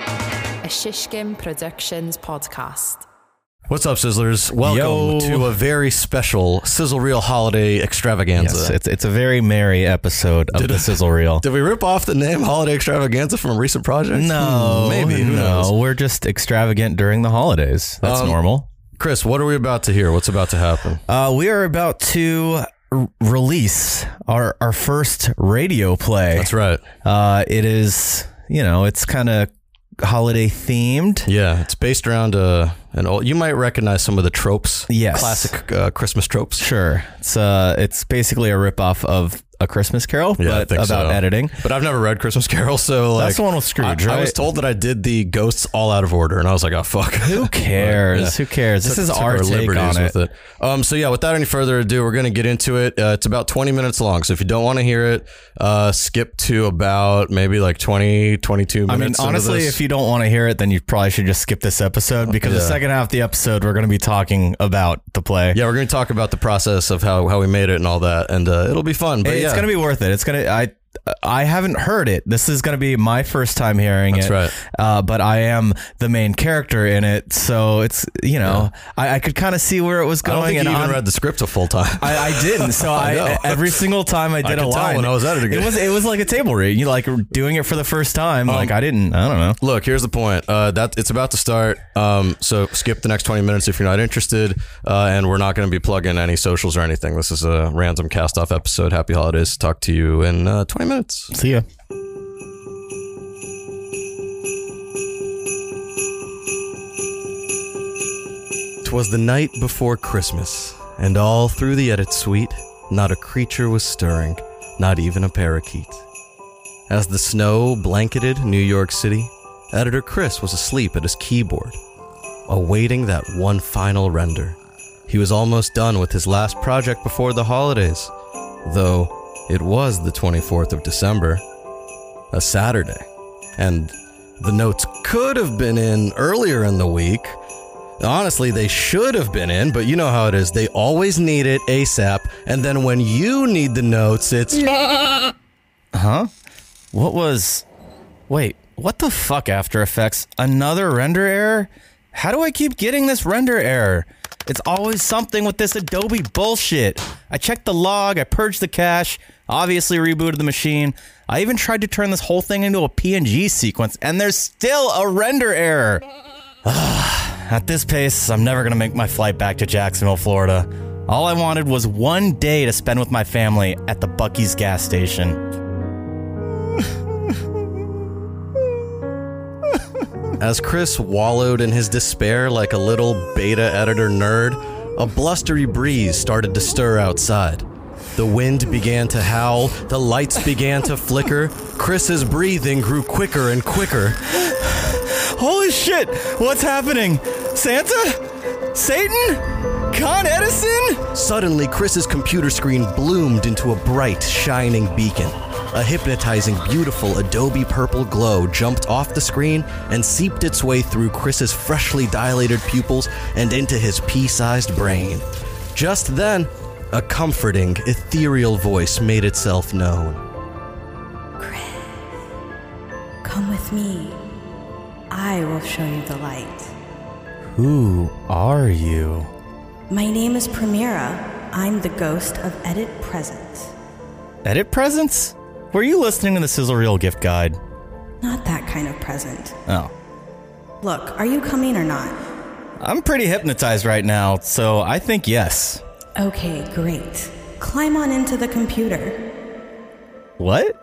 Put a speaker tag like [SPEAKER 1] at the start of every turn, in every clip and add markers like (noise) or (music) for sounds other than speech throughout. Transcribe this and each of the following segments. [SPEAKER 1] a Shishkin Productions podcast.
[SPEAKER 2] What's up, Sizzlers? Welcome
[SPEAKER 3] Yo.
[SPEAKER 2] to a very special Sizzle Reel holiday extravaganza.
[SPEAKER 3] Yes, it's it's a very merry episode of the sizzle reel.
[SPEAKER 2] Did we rip off the name Holiday Extravaganza from a recent project?
[SPEAKER 3] No,
[SPEAKER 2] Hmm, maybe. Who
[SPEAKER 3] no.
[SPEAKER 2] knows?
[SPEAKER 3] We're just extravagant during the holidays. That's
[SPEAKER 2] Um,
[SPEAKER 3] normal.
[SPEAKER 2] Chris, what are we about to hear? What's about to happen?
[SPEAKER 3] Uh, we are about to r- release our our first radio play.
[SPEAKER 2] That's right.
[SPEAKER 3] Uh, it is you know it's kind of holiday themed.
[SPEAKER 2] Yeah, it's based around uh, an old. You might recognize some of the tropes.
[SPEAKER 3] Yes.
[SPEAKER 2] classic uh, Christmas tropes.
[SPEAKER 3] Sure, it's uh it's basically a ripoff of a Christmas Carol,
[SPEAKER 2] Yeah, I
[SPEAKER 3] but
[SPEAKER 2] think
[SPEAKER 3] about
[SPEAKER 2] so.
[SPEAKER 3] editing.
[SPEAKER 2] But I've never read Christmas Carol, so like,
[SPEAKER 3] That's the one with Scrooge,
[SPEAKER 2] I, I
[SPEAKER 3] right?
[SPEAKER 2] was told that I did the ghosts all out of order, and I was like, oh fuck.
[SPEAKER 3] (laughs) Who cares? Who cares? This
[SPEAKER 2] took-
[SPEAKER 3] is
[SPEAKER 2] took
[SPEAKER 3] our take on it.
[SPEAKER 2] with it. Um, so yeah, without any further ado, we're gonna get into it. Uh, it's about 20 minutes long, so if you don't want to hear it, uh, skip to about maybe like 20, 22
[SPEAKER 3] I mean,
[SPEAKER 2] minutes.
[SPEAKER 3] honestly, if you don't want to hear it, then you probably should just skip this episode because the
[SPEAKER 2] Yeah.
[SPEAKER 3] second half of the episode, we're going to be talking about the play.
[SPEAKER 2] yeah, we're gonna talk about the process of how how we made it and all that, and uh, it'll be fun. But
[SPEAKER 3] It's
[SPEAKER 2] yeah,
[SPEAKER 3] going to be worth it. It's going to, I, I haven't heard it. This is going to be my first time hearing
[SPEAKER 2] That's
[SPEAKER 3] it.
[SPEAKER 2] right.
[SPEAKER 3] Uh, but I am the main character in it. So it's, you know, I, I could kind of see where it was
[SPEAKER 2] I
[SPEAKER 3] going.
[SPEAKER 2] don't think you
[SPEAKER 3] and
[SPEAKER 2] even
[SPEAKER 3] I'm-
[SPEAKER 2] read the script a full time.
[SPEAKER 3] I, I didn't. So I,
[SPEAKER 2] know.
[SPEAKER 3] every single time I did
[SPEAKER 2] could
[SPEAKER 3] a
[SPEAKER 2] tell
[SPEAKER 3] line
[SPEAKER 2] when I was editing it. Um,
[SPEAKER 3] it was it was like a table read. You like doing it for the first time. like I didn't. I don't know.
[SPEAKER 2] (laughs) Look, here's the point. Uh, that it's about to start. Um, so skip the next 20 minutes if you're not interested. Uh, and we're not going to be plugging any socials or anything. This is a random cast off episode. Happy holidays. Talk to you in uh, 20 minutes.
[SPEAKER 3] See ya.
[SPEAKER 2] Twas the night before Christmas, and all through the edit suite, not a creature was stirring, not even a parakeet. As the snow blanketed New York City, editor Chris was asleep at his keyboard, awaiting that one final render. He was almost done with his last project before the holidays, though it was the 24th of December, a Saturday, and the notes could have been in earlier in the week. Honestly, they should have been in, but you know how it is. They always need it ASAP, and then when you need the notes, it's
[SPEAKER 3] What was? Wait, what the fuck? After Effects? Another render error? How do I keep getting this render error? It's always something with this Adobe bullshit. I checked the log, I purged the cache, obviously rebooted the machine. I even tried to turn this whole thing into a PNG sequence, and there's still a render error. (sighs) At this pace, I'm never gonna make my flight back to Jacksonville, Florida. All I wanted was one day to spend with my family at the Bucky's gas station.
[SPEAKER 2] As Chris wallowed in his despair like a little beta editor nerd, a blustery breeze started to stir outside. The wind began to howl, the lights began to flicker, Chris's breathing grew quicker and quicker.
[SPEAKER 3] Holy shit! What's happening? Santa? Satan? Con Edison?
[SPEAKER 2] Suddenly, Chris's computer screen bloomed into a bright, shining beacon. A hypnotizing, beautiful Adobe purple glow jumped off the screen and seeped its way through Chris's freshly dilated pupils and into his pea sized brain. Just then, a comforting, ethereal voice made itself known.
[SPEAKER 4] Come with me. I will show you the light.
[SPEAKER 3] Who are you?
[SPEAKER 4] My name is Primera. I'm the ghost of Edit Present.
[SPEAKER 3] Edit presents? Were you listening to the Sizzle Reel gift guide?
[SPEAKER 4] Not that kind of present.
[SPEAKER 3] Oh.
[SPEAKER 4] Look, are you coming or not?
[SPEAKER 3] I'm pretty hypnotized right now, so I think yes.
[SPEAKER 4] Okay, great. Climb on into the computer.
[SPEAKER 3] What?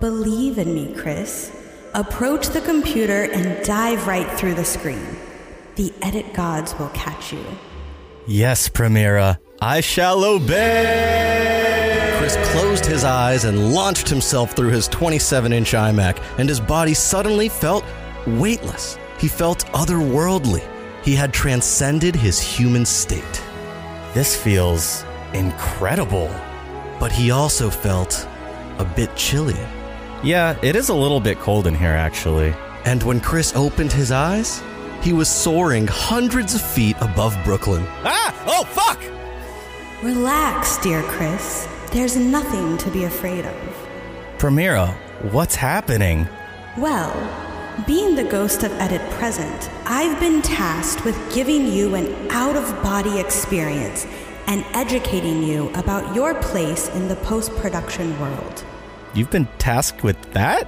[SPEAKER 4] Believe in me, Chris. Approach the computer and dive right through the screen. The edit gods will catch you.
[SPEAKER 3] Yes, Premira. I shall obey!
[SPEAKER 2] Chris closed his eyes and launched himself through his 27 inch iMac, and his body suddenly felt weightless. He felt otherworldly. He had transcended his human state.
[SPEAKER 3] This feels incredible.
[SPEAKER 2] but he also felt a bit chilly.
[SPEAKER 3] Yeah, it is a little bit cold in here, actually.
[SPEAKER 2] And when Chris opened his eyes, he was soaring hundreds of feet above Brooklyn.
[SPEAKER 3] Ah! Oh, fuck!
[SPEAKER 4] Relax, dear Chris. There's nothing to be afraid of.
[SPEAKER 3] Premira, what's happening?
[SPEAKER 4] Well, Being the ghost of Edit Present, I've been tasked with giving you an out of body experience and educating you about your place in the post production world.
[SPEAKER 3] You've been tasked with that?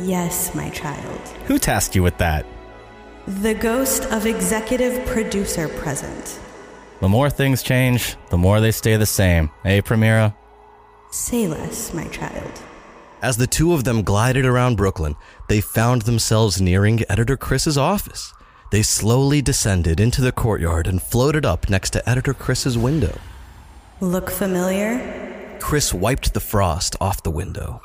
[SPEAKER 4] Yes, my child.
[SPEAKER 3] Who tasked you with that?
[SPEAKER 4] The ghost of executive producer present.
[SPEAKER 3] The more things change, the more they stay the same. Hey, Premira?
[SPEAKER 4] Say less, my child.
[SPEAKER 2] As the two of them glided around Brooklyn, they found themselves nearing Editor Chris's office. They slowly descended into the courtyard and floated up next to Editor Chris's window.
[SPEAKER 4] Look familiar?
[SPEAKER 2] Chris wiped the frost off the window.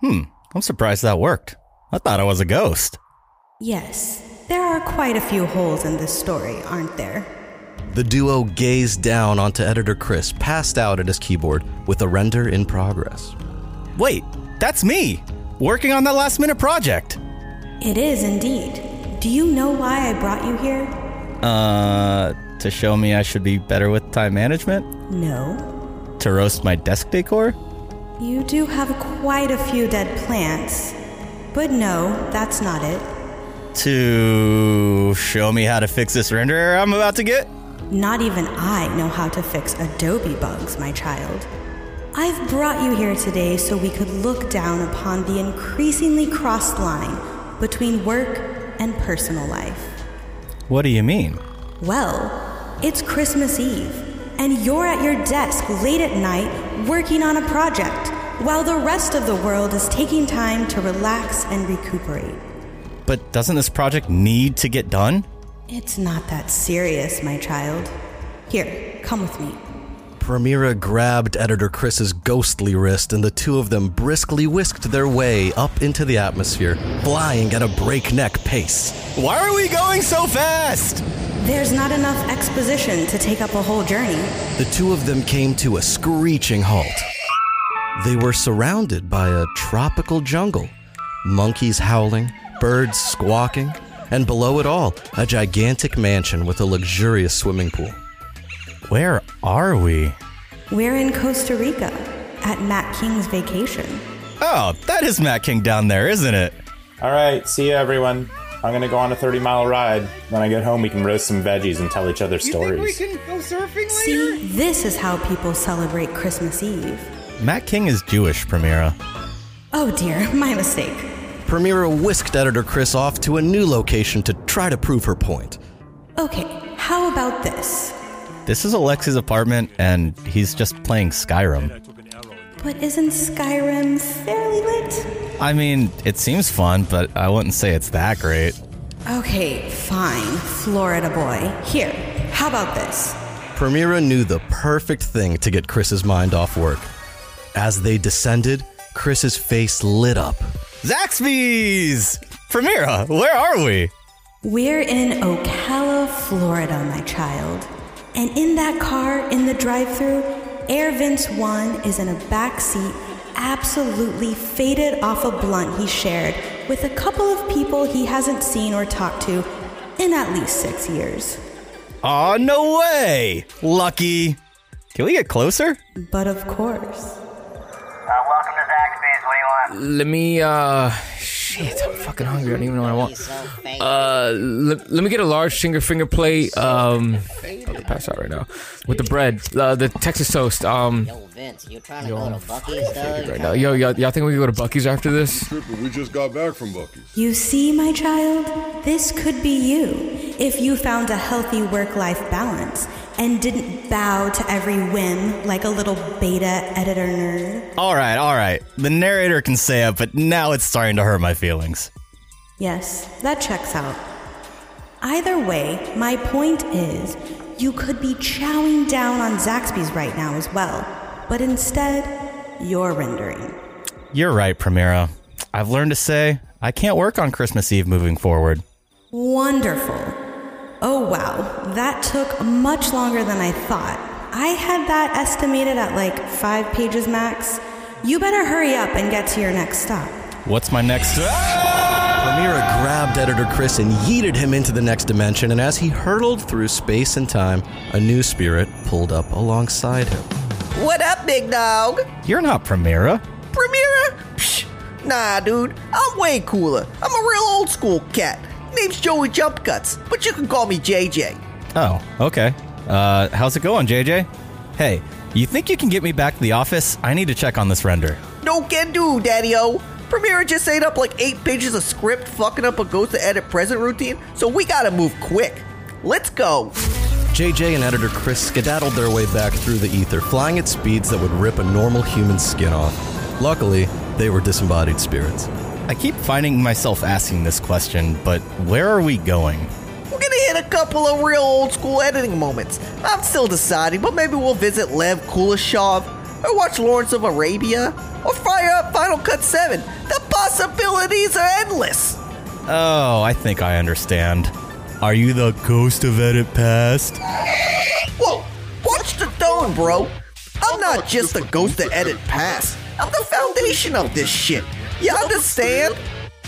[SPEAKER 3] Hmm, I'm surprised that worked. I thought I was a ghost.
[SPEAKER 4] Yes, there are quite a few holes in this story, aren't there?
[SPEAKER 2] The duo gazed down onto Editor Chris, passed out at his keyboard, with a render in progress.
[SPEAKER 3] Wait, that's me! Working on that last minute project!
[SPEAKER 4] It is indeed. Do you know why I brought you here?
[SPEAKER 3] Uh, to show me I should be better with time management?
[SPEAKER 4] No.
[SPEAKER 3] To roast my desk decor?
[SPEAKER 4] You do have quite a few dead plants. But no, that's not it.
[SPEAKER 3] To show me how to fix this renderer I'm about to get?
[SPEAKER 4] Not even I know how to fix Adobe bugs, my child. I've brought you here today so we could look down upon the increasingly crossed line between work and personal life.
[SPEAKER 3] What do you mean?
[SPEAKER 4] Well, it's Christmas Eve, and you're at your desk late at night working on a project while the rest of the world is taking time to relax and recuperate.
[SPEAKER 3] But doesn't this project need to get done?
[SPEAKER 4] It's not that serious, my child. Here, come with me.
[SPEAKER 2] Premira grabbed Editor Chris's ghostly wrist, and the two of them briskly whisked their way up into the atmosphere, flying at a breakneck pace.
[SPEAKER 3] Why are we going so fast?
[SPEAKER 4] There's not enough exposition to take up a whole journey.
[SPEAKER 2] The two of them came to a screeching halt. They were surrounded by a tropical jungle monkeys howling, birds squawking, and below it all, a gigantic mansion with a luxurious swimming pool.
[SPEAKER 3] Where are we?
[SPEAKER 4] We're in Costa Rica at Matt King's vacation.
[SPEAKER 3] Oh, that is Matt King down there, isn't it?
[SPEAKER 5] All right, see you, everyone. I'm gonna go on a 30 mile ride. When I get home, we can roast some veggies and tell each other stories.
[SPEAKER 3] can go surfing
[SPEAKER 4] See, this is how people celebrate Christmas Eve.
[SPEAKER 3] Matt King is Jewish, Premira.
[SPEAKER 4] Oh dear, (laughs) my mistake.
[SPEAKER 2] Premira whisked editor Chris off to a new location to try to prove her point.
[SPEAKER 4] Okay, how about this?
[SPEAKER 3] This is Alexi's apartment, and he's just playing Skyrim.
[SPEAKER 4] But isn't Skyrim fairly lit?
[SPEAKER 3] I mean, it seems fun, but I wouldn't say it's that great.
[SPEAKER 4] Okay, fine, Florida boy. Here, how about this?
[SPEAKER 2] Premira knew the perfect thing to get Chris's mind off work. As they descended, Chris's face lit up.
[SPEAKER 3] Zaxby's! Premira, where are we?
[SPEAKER 4] We're in Ocala, Florida, my child. And in that car in the drive thru, Air Vince 1 is in a back seat, absolutely faded off a blunt he shared with a couple of people he hasn't seen or talked to in at least six years.
[SPEAKER 3] Aw, Oh, no way! Lucky! Can we get closer?
[SPEAKER 4] But of course,
[SPEAKER 6] Uh, welcome to Zaxby's. What do you want?
[SPEAKER 7] Let me, uh, shit, I'm fucking hungry. I don't even know what I want. Uh, let, let me get a large finger finger plate. Um, I'll pass out right now with the bread, uh, the Texas toast. Um,
[SPEAKER 8] Yo, Vince, you trying to go to Bucky's, dog?
[SPEAKER 7] right now, yo, y'all, y'all think we can go to Bucky's after this?
[SPEAKER 9] Trooper, we just got back from Bucky's.
[SPEAKER 4] you see, my child, this could be you if you found a healthy work life balance and didn't bow to every whim like a little beta editor nerd.
[SPEAKER 3] Alright, alright. The narrator can say it, but now it's starting to hurt my feelings.
[SPEAKER 4] Yes, that checks out. Either way, my point is you could be chowing down on Zaxby's right now as well, but instead, you're rendering.
[SPEAKER 3] You're right, Premira. I've learned to say, I can't work on Christmas Eve moving forward.
[SPEAKER 4] Wonderful. Oh wow, that took much longer than I thought. I had that estimated at like five pages max. You better hurry up and get to your next stop.
[SPEAKER 3] What's my next. Ah!
[SPEAKER 2] Premira grabbed editor Chris and yeeted him into the next dimension, and as he hurtled through space and time, a new spirit pulled up alongside him.
[SPEAKER 10] What up, big dog?
[SPEAKER 3] You're not Premira.
[SPEAKER 10] Premiera? Psh,
[SPEAKER 11] Nah, dude, I'm way cooler. I'm a real old school cat. Name's Joey Jumpcuts, but you can call me JJ.
[SPEAKER 3] Oh, okay. Uh, how's it going, JJ? Hey, you think you can get me back to the office? I need to check on this render.
[SPEAKER 11] No can do, Daddy O. Premiere just ate up like eight pages of script, fucking up a ghost to edit present routine, so we gotta move quick. Let's go.
[SPEAKER 2] JJ and editor Chris skedaddled their way back through the ether, flying at speeds that would rip a normal human's skin off. Luckily, they were disembodied spirits.
[SPEAKER 3] I keep finding myself asking this question, but where are we going?
[SPEAKER 11] We're gonna hit a couple of real old school editing moments. I'm still deciding, but maybe we'll visit Lev Kuleshov, or watch Lawrence of Arabia, or fire up Final Cut 7. The possibilities are endless.
[SPEAKER 3] Oh, I think I understand. Are you the ghost of Edit Past?
[SPEAKER 11] Whoa, watch the tone, bro. I'm not just the ghost that edit past. I'm the foundation of this shit. You understand?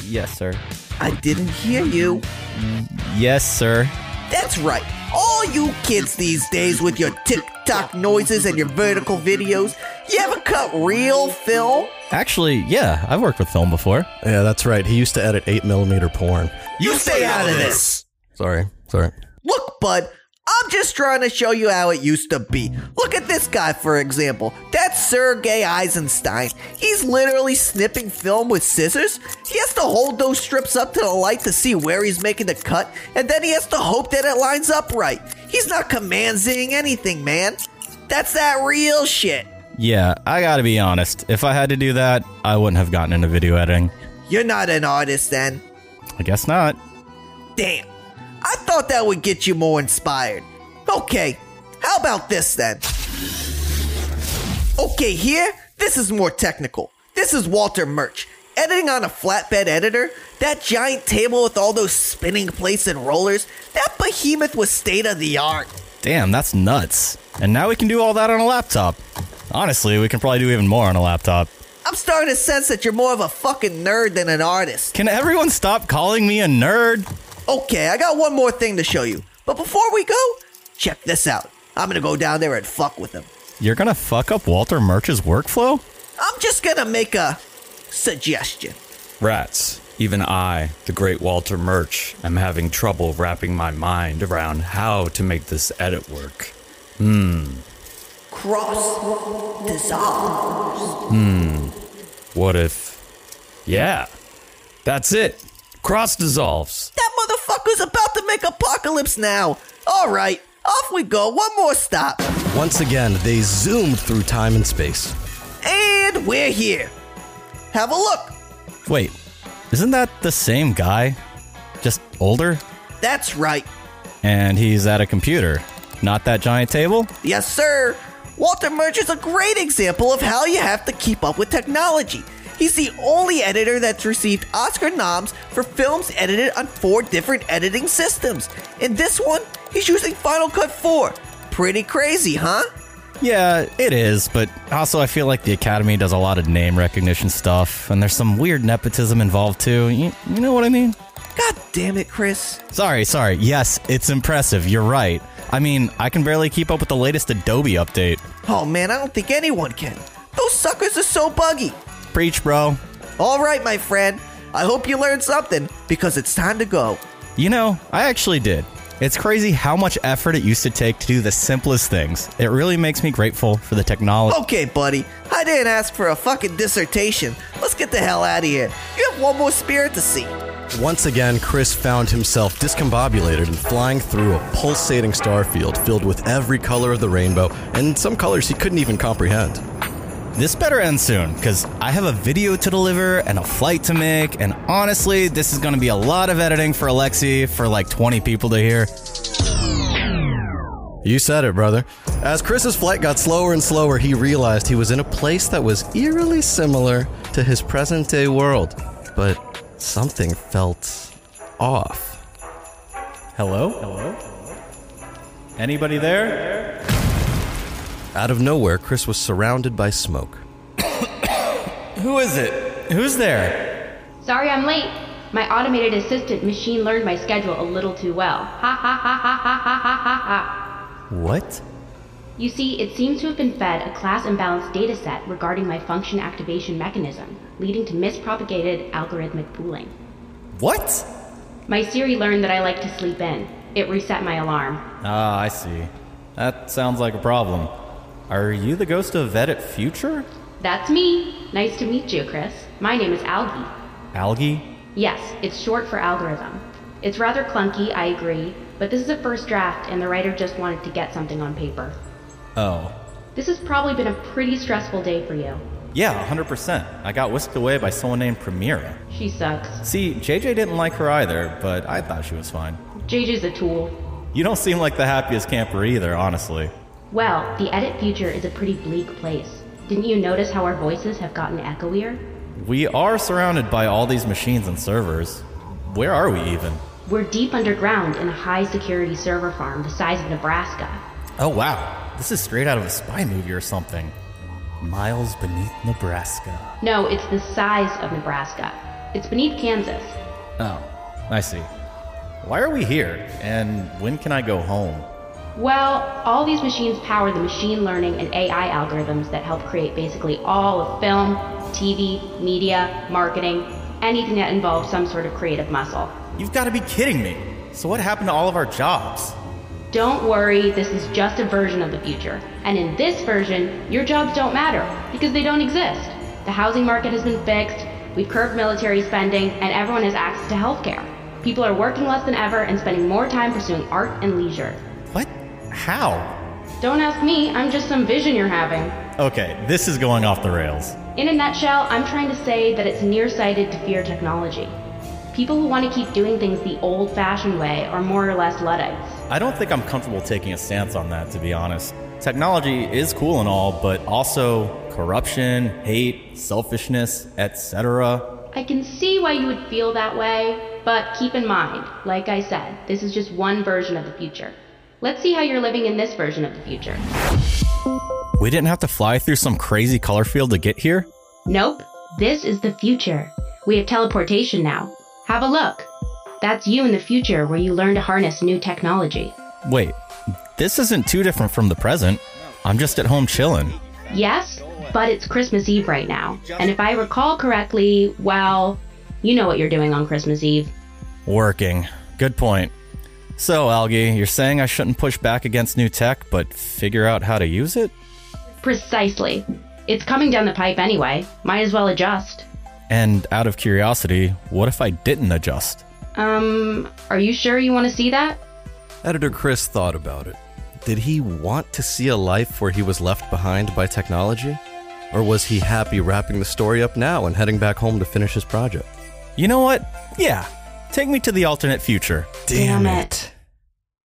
[SPEAKER 3] Yes, sir.
[SPEAKER 11] I didn't hear you.
[SPEAKER 3] Yes, sir.
[SPEAKER 11] That's right. All you kids these days with your TikTok noises and your vertical videos, you ever cut real film?
[SPEAKER 3] Actually, yeah, I've worked with film before.
[SPEAKER 2] Yeah, that's right. He used to edit 8mm porn.
[SPEAKER 11] You stay out of this.
[SPEAKER 2] Sorry, sorry.
[SPEAKER 11] Look, bud, I'm just trying to show you how it used to be. Look at this guy, for example. That's Sergei Eisenstein. He's literally snipping film with scissors. He has to hold those strips up to the light to see where he's making the cut, and then he has to hope that it lines up right. He's not command zinging anything, man. That's that real shit.
[SPEAKER 3] Yeah, I gotta be honest. If I had to do that, I wouldn't have gotten into video editing.
[SPEAKER 11] You're not an artist, then.
[SPEAKER 3] I guess not.
[SPEAKER 11] Damn. I thought that would get you more inspired. Okay, how about this then? Okay, here, this is more technical. This is Walter Murch. Editing on a flatbed editor, that giant table with all those spinning plates and rollers, that behemoth was state of the art.
[SPEAKER 3] Damn, that's nuts. And now we can do all that on a laptop. Honestly, we can probably do even more on a laptop.
[SPEAKER 11] I'm starting to sense that you're more of a fucking nerd than an artist.
[SPEAKER 3] Can everyone stop calling me a nerd?
[SPEAKER 11] Okay, I got one more thing to show you. But before we go, check this out. I'm gonna go down there and fuck with him.
[SPEAKER 3] You're gonna fuck up Walter Murch's workflow?
[SPEAKER 11] I'm just gonna make a suggestion.
[SPEAKER 12] Rats, even I, the great Walter Murch, am having trouble wrapping my mind around how to make this edit work. Hmm.
[SPEAKER 11] Cross dissolve.
[SPEAKER 12] Hmm. What if. Yeah. That's it. Cross dissolves.
[SPEAKER 11] That motherfucker's about to make apocalypse now. All right, off we go. One more stop.
[SPEAKER 2] Once again, they zoomed through time and space.
[SPEAKER 11] And we're here. Have a look.
[SPEAKER 3] Wait, isn't that the same guy? Just older?
[SPEAKER 11] That's right.
[SPEAKER 3] And he's at a computer, not that giant table?
[SPEAKER 11] Yes, sir. Walter Murch is a great example of how you have to keep up with technology. He's the only editor that's received Oscar noms for films edited on four different editing systems. In this one, he's using Final Cut 4. Pretty crazy, huh?
[SPEAKER 3] Yeah, it is, but also I feel like the Academy does a lot of name recognition stuff, and there's some weird nepotism involved too. You, you know what I mean?
[SPEAKER 11] God damn it, Chris.
[SPEAKER 3] Sorry, sorry. Yes, it's impressive. You're right. I mean, I can barely keep up with the latest Adobe update.
[SPEAKER 11] Oh man, I don't think anyone can. Those suckers are so buggy.
[SPEAKER 3] Preach, bro.
[SPEAKER 11] All right, my friend. I hope you learned something because it's time to go.
[SPEAKER 3] You know, I actually did. It's crazy how much effort it used to take to do the simplest things. It really makes me grateful for the technology.
[SPEAKER 11] Okay, buddy. I didn't ask for a fucking dissertation. Let's get the hell out of here. You have one more spirit to see.
[SPEAKER 2] Once again, Chris found himself discombobulated and flying through a pulsating starfield filled with every color of the rainbow and some colors he couldn't even comprehend
[SPEAKER 3] this better end soon because I have a video to deliver and a flight to make. And honestly, this is going to be a lot of editing for Alexi for like 20 people to hear.
[SPEAKER 2] You said it, brother. As Chris's flight got slower and slower, he realized he was in a place that was eerily similar to his present day world. But something felt off.
[SPEAKER 3] Hello? Hello? Anybody there?
[SPEAKER 2] Out of nowhere, Chris was surrounded by smoke.
[SPEAKER 3] Who is it? Who's there?
[SPEAKER 7] Sorry I'm late. My automated assistant machine learned my schedule a little too well. Ha ha ha ha ha ha ha ha ha.
[SPEAKER 3] What?
[SPEAKER 13] You see, it seems to have been fed a class imbalanced data set regarding my function activation mechanism, leading to mispropagated algorithmic pooling.
[SPEAKER 3] What?
[SPEAKER 13] My Siri learned that I like to sleep in. It reset my alarm.
[SPEAKER 3] Ah, I see. That sounds like a problem. Are you the ghost of Vedit Future?
[SPEAKER 13] That's me. Nice to meet you, Chris. My name is Algie.
[SPEAKER 3] Algae?
[SPEAKER 13] Yes, it's short for algorithm. It's rather clunky, I agree, but this is a first draft and the writer just wanted to get something on paper.
[SPEAKER 3] Oh.
[SPEAKER 13] This has probably been a pretty stressful day for you.
[SPEAKER 3] Yeah, 100%. I got whisked away by someone named Premiera.
[SPEAKER 13] She sucks.
[SPEAKER 3] See, JJ didn't like her either, but I thought she was fine.
[SPEAKER 13] JJ's a tool.
[SPEAKER 3] You don't seem like the happiest camper either, honestly.
[SPEAKER 13] Well, the edit future is a pretty bleak place. Didn't you notice how our voices have gotten echoier?
[SPEAKER 3] We are surrounded by all these machines and servers. Where are we even?
[SPEAKER 13] We're deep underground in a high security server farm the size of Nebraska.
[SPEAKER 3] Oh, wow. This is straight out of a spy movie or something. Miles beneath Nebraska.
[SPEAKER 13] No, it's the size of Nebraska. It's beneath Kansas.
[SPEAKER 3] Oh, I see. Why are we here? And when can I go home?
[SPEAKER 13] Well, all these machines power the machine learning and AI algorithms that help create basically all of film, TV, media, marketing, anything that involves some sort of creative muscle.
[SPEAKER 3] You've got to be kidding me. So, what happened to all of our jobs?
[SPEAKER 13] Don't worry, this is just a version of the future. And in this version, your jobs don't matter because they don't exist. The housing market has been fixed, we've curbed military spending, and everyone has access to healthcare. People are working less than ever and spending more time pursuing art and leisure.
[SPEAKER 3] How?
[SPEAKER 13] Don't ask me, I'm just some vision you're having.
[SPEAKER 3] Okay, this is going off the rails.
[SPEAKER 13] In a nutshell, I'm trying to say that it's nearsighted to fear technology. People who want to keep doing things the old fashioned way are more or less Luddites.
[SPEAKER 3] I don't think I'm comfortable taking a stance on that, to be honest. Technology is cool and all, but also corruption, hate, selfishness, etc.
[SPEAKER 13] I can see why you would feel that way, but keep in mind, like I said, this is just one version of the future. Let's see how you're living in this version of the future.
[SPEAKER 3] We didn't have to fly through some crazy color field to get here?
[SPEAKER 13] Nope, this is the future. We have teleportation now. Have a look. That's you in the future where you learn to harness new technology.
[SPEAKER 3] Wait, this isn't too different from the present. I'm just at home chilling.
[SPEAKER 13] Yes, but it's Christmas Eve right now. And if I recall correctly, well, you know what you're doing on Christmas Eve.
[SPEAKER 3] Working. Good point. So, Algie, you're saying I shouldn't push back against new tech, but figure out how to use it?
[SPEAKER 13] Precisely. It's coming down the pipe anyway. Might as well adjust.
[SPEAKER 3] And out of curiosity, what if I didn't adjust?
[SPEAKER 13] Um, are you sure you want to see that?
[SPEAKER 2] Editor Chris thought about it. Did he want to see a life where he was left behind by technology? Or was he happy wrapping the story up now and heading back home to finish his project?
[SPEAKER 3] You know what? Yeah. Take me to the alternate future.
[SPEAKER 13] Damn it.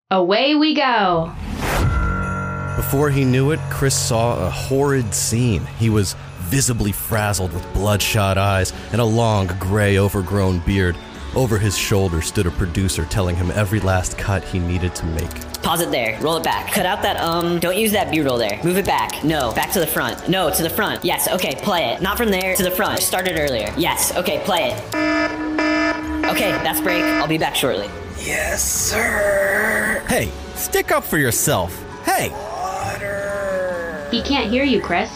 [SPEAKER 13] Away we go.
[SPEAKER 2] Before he knew it, Chris saw a horrid scene. He was visibly frazzled with bloodshot eyes and a long, gray, overgrown beard. Over his shoulder stood a producer telling him every last cut he needed to make.
[SPEAKER 14] Pause it there. Roll it back. Cut out that um. Don't use that B-roll there. Move it back. No. Back to the front. No. To the front. Yes. Okay. Play it. Not from there. To the front. Start it earlier. Yes. Okay. Play it. Okay. That's break. I'll be back shortly.
[SPEAKER 15] Yes, sir.
[SPEAKER 3] Hey, stick up for yourself. Hey!
[SPEAKER 13] He can't hear you, Chris.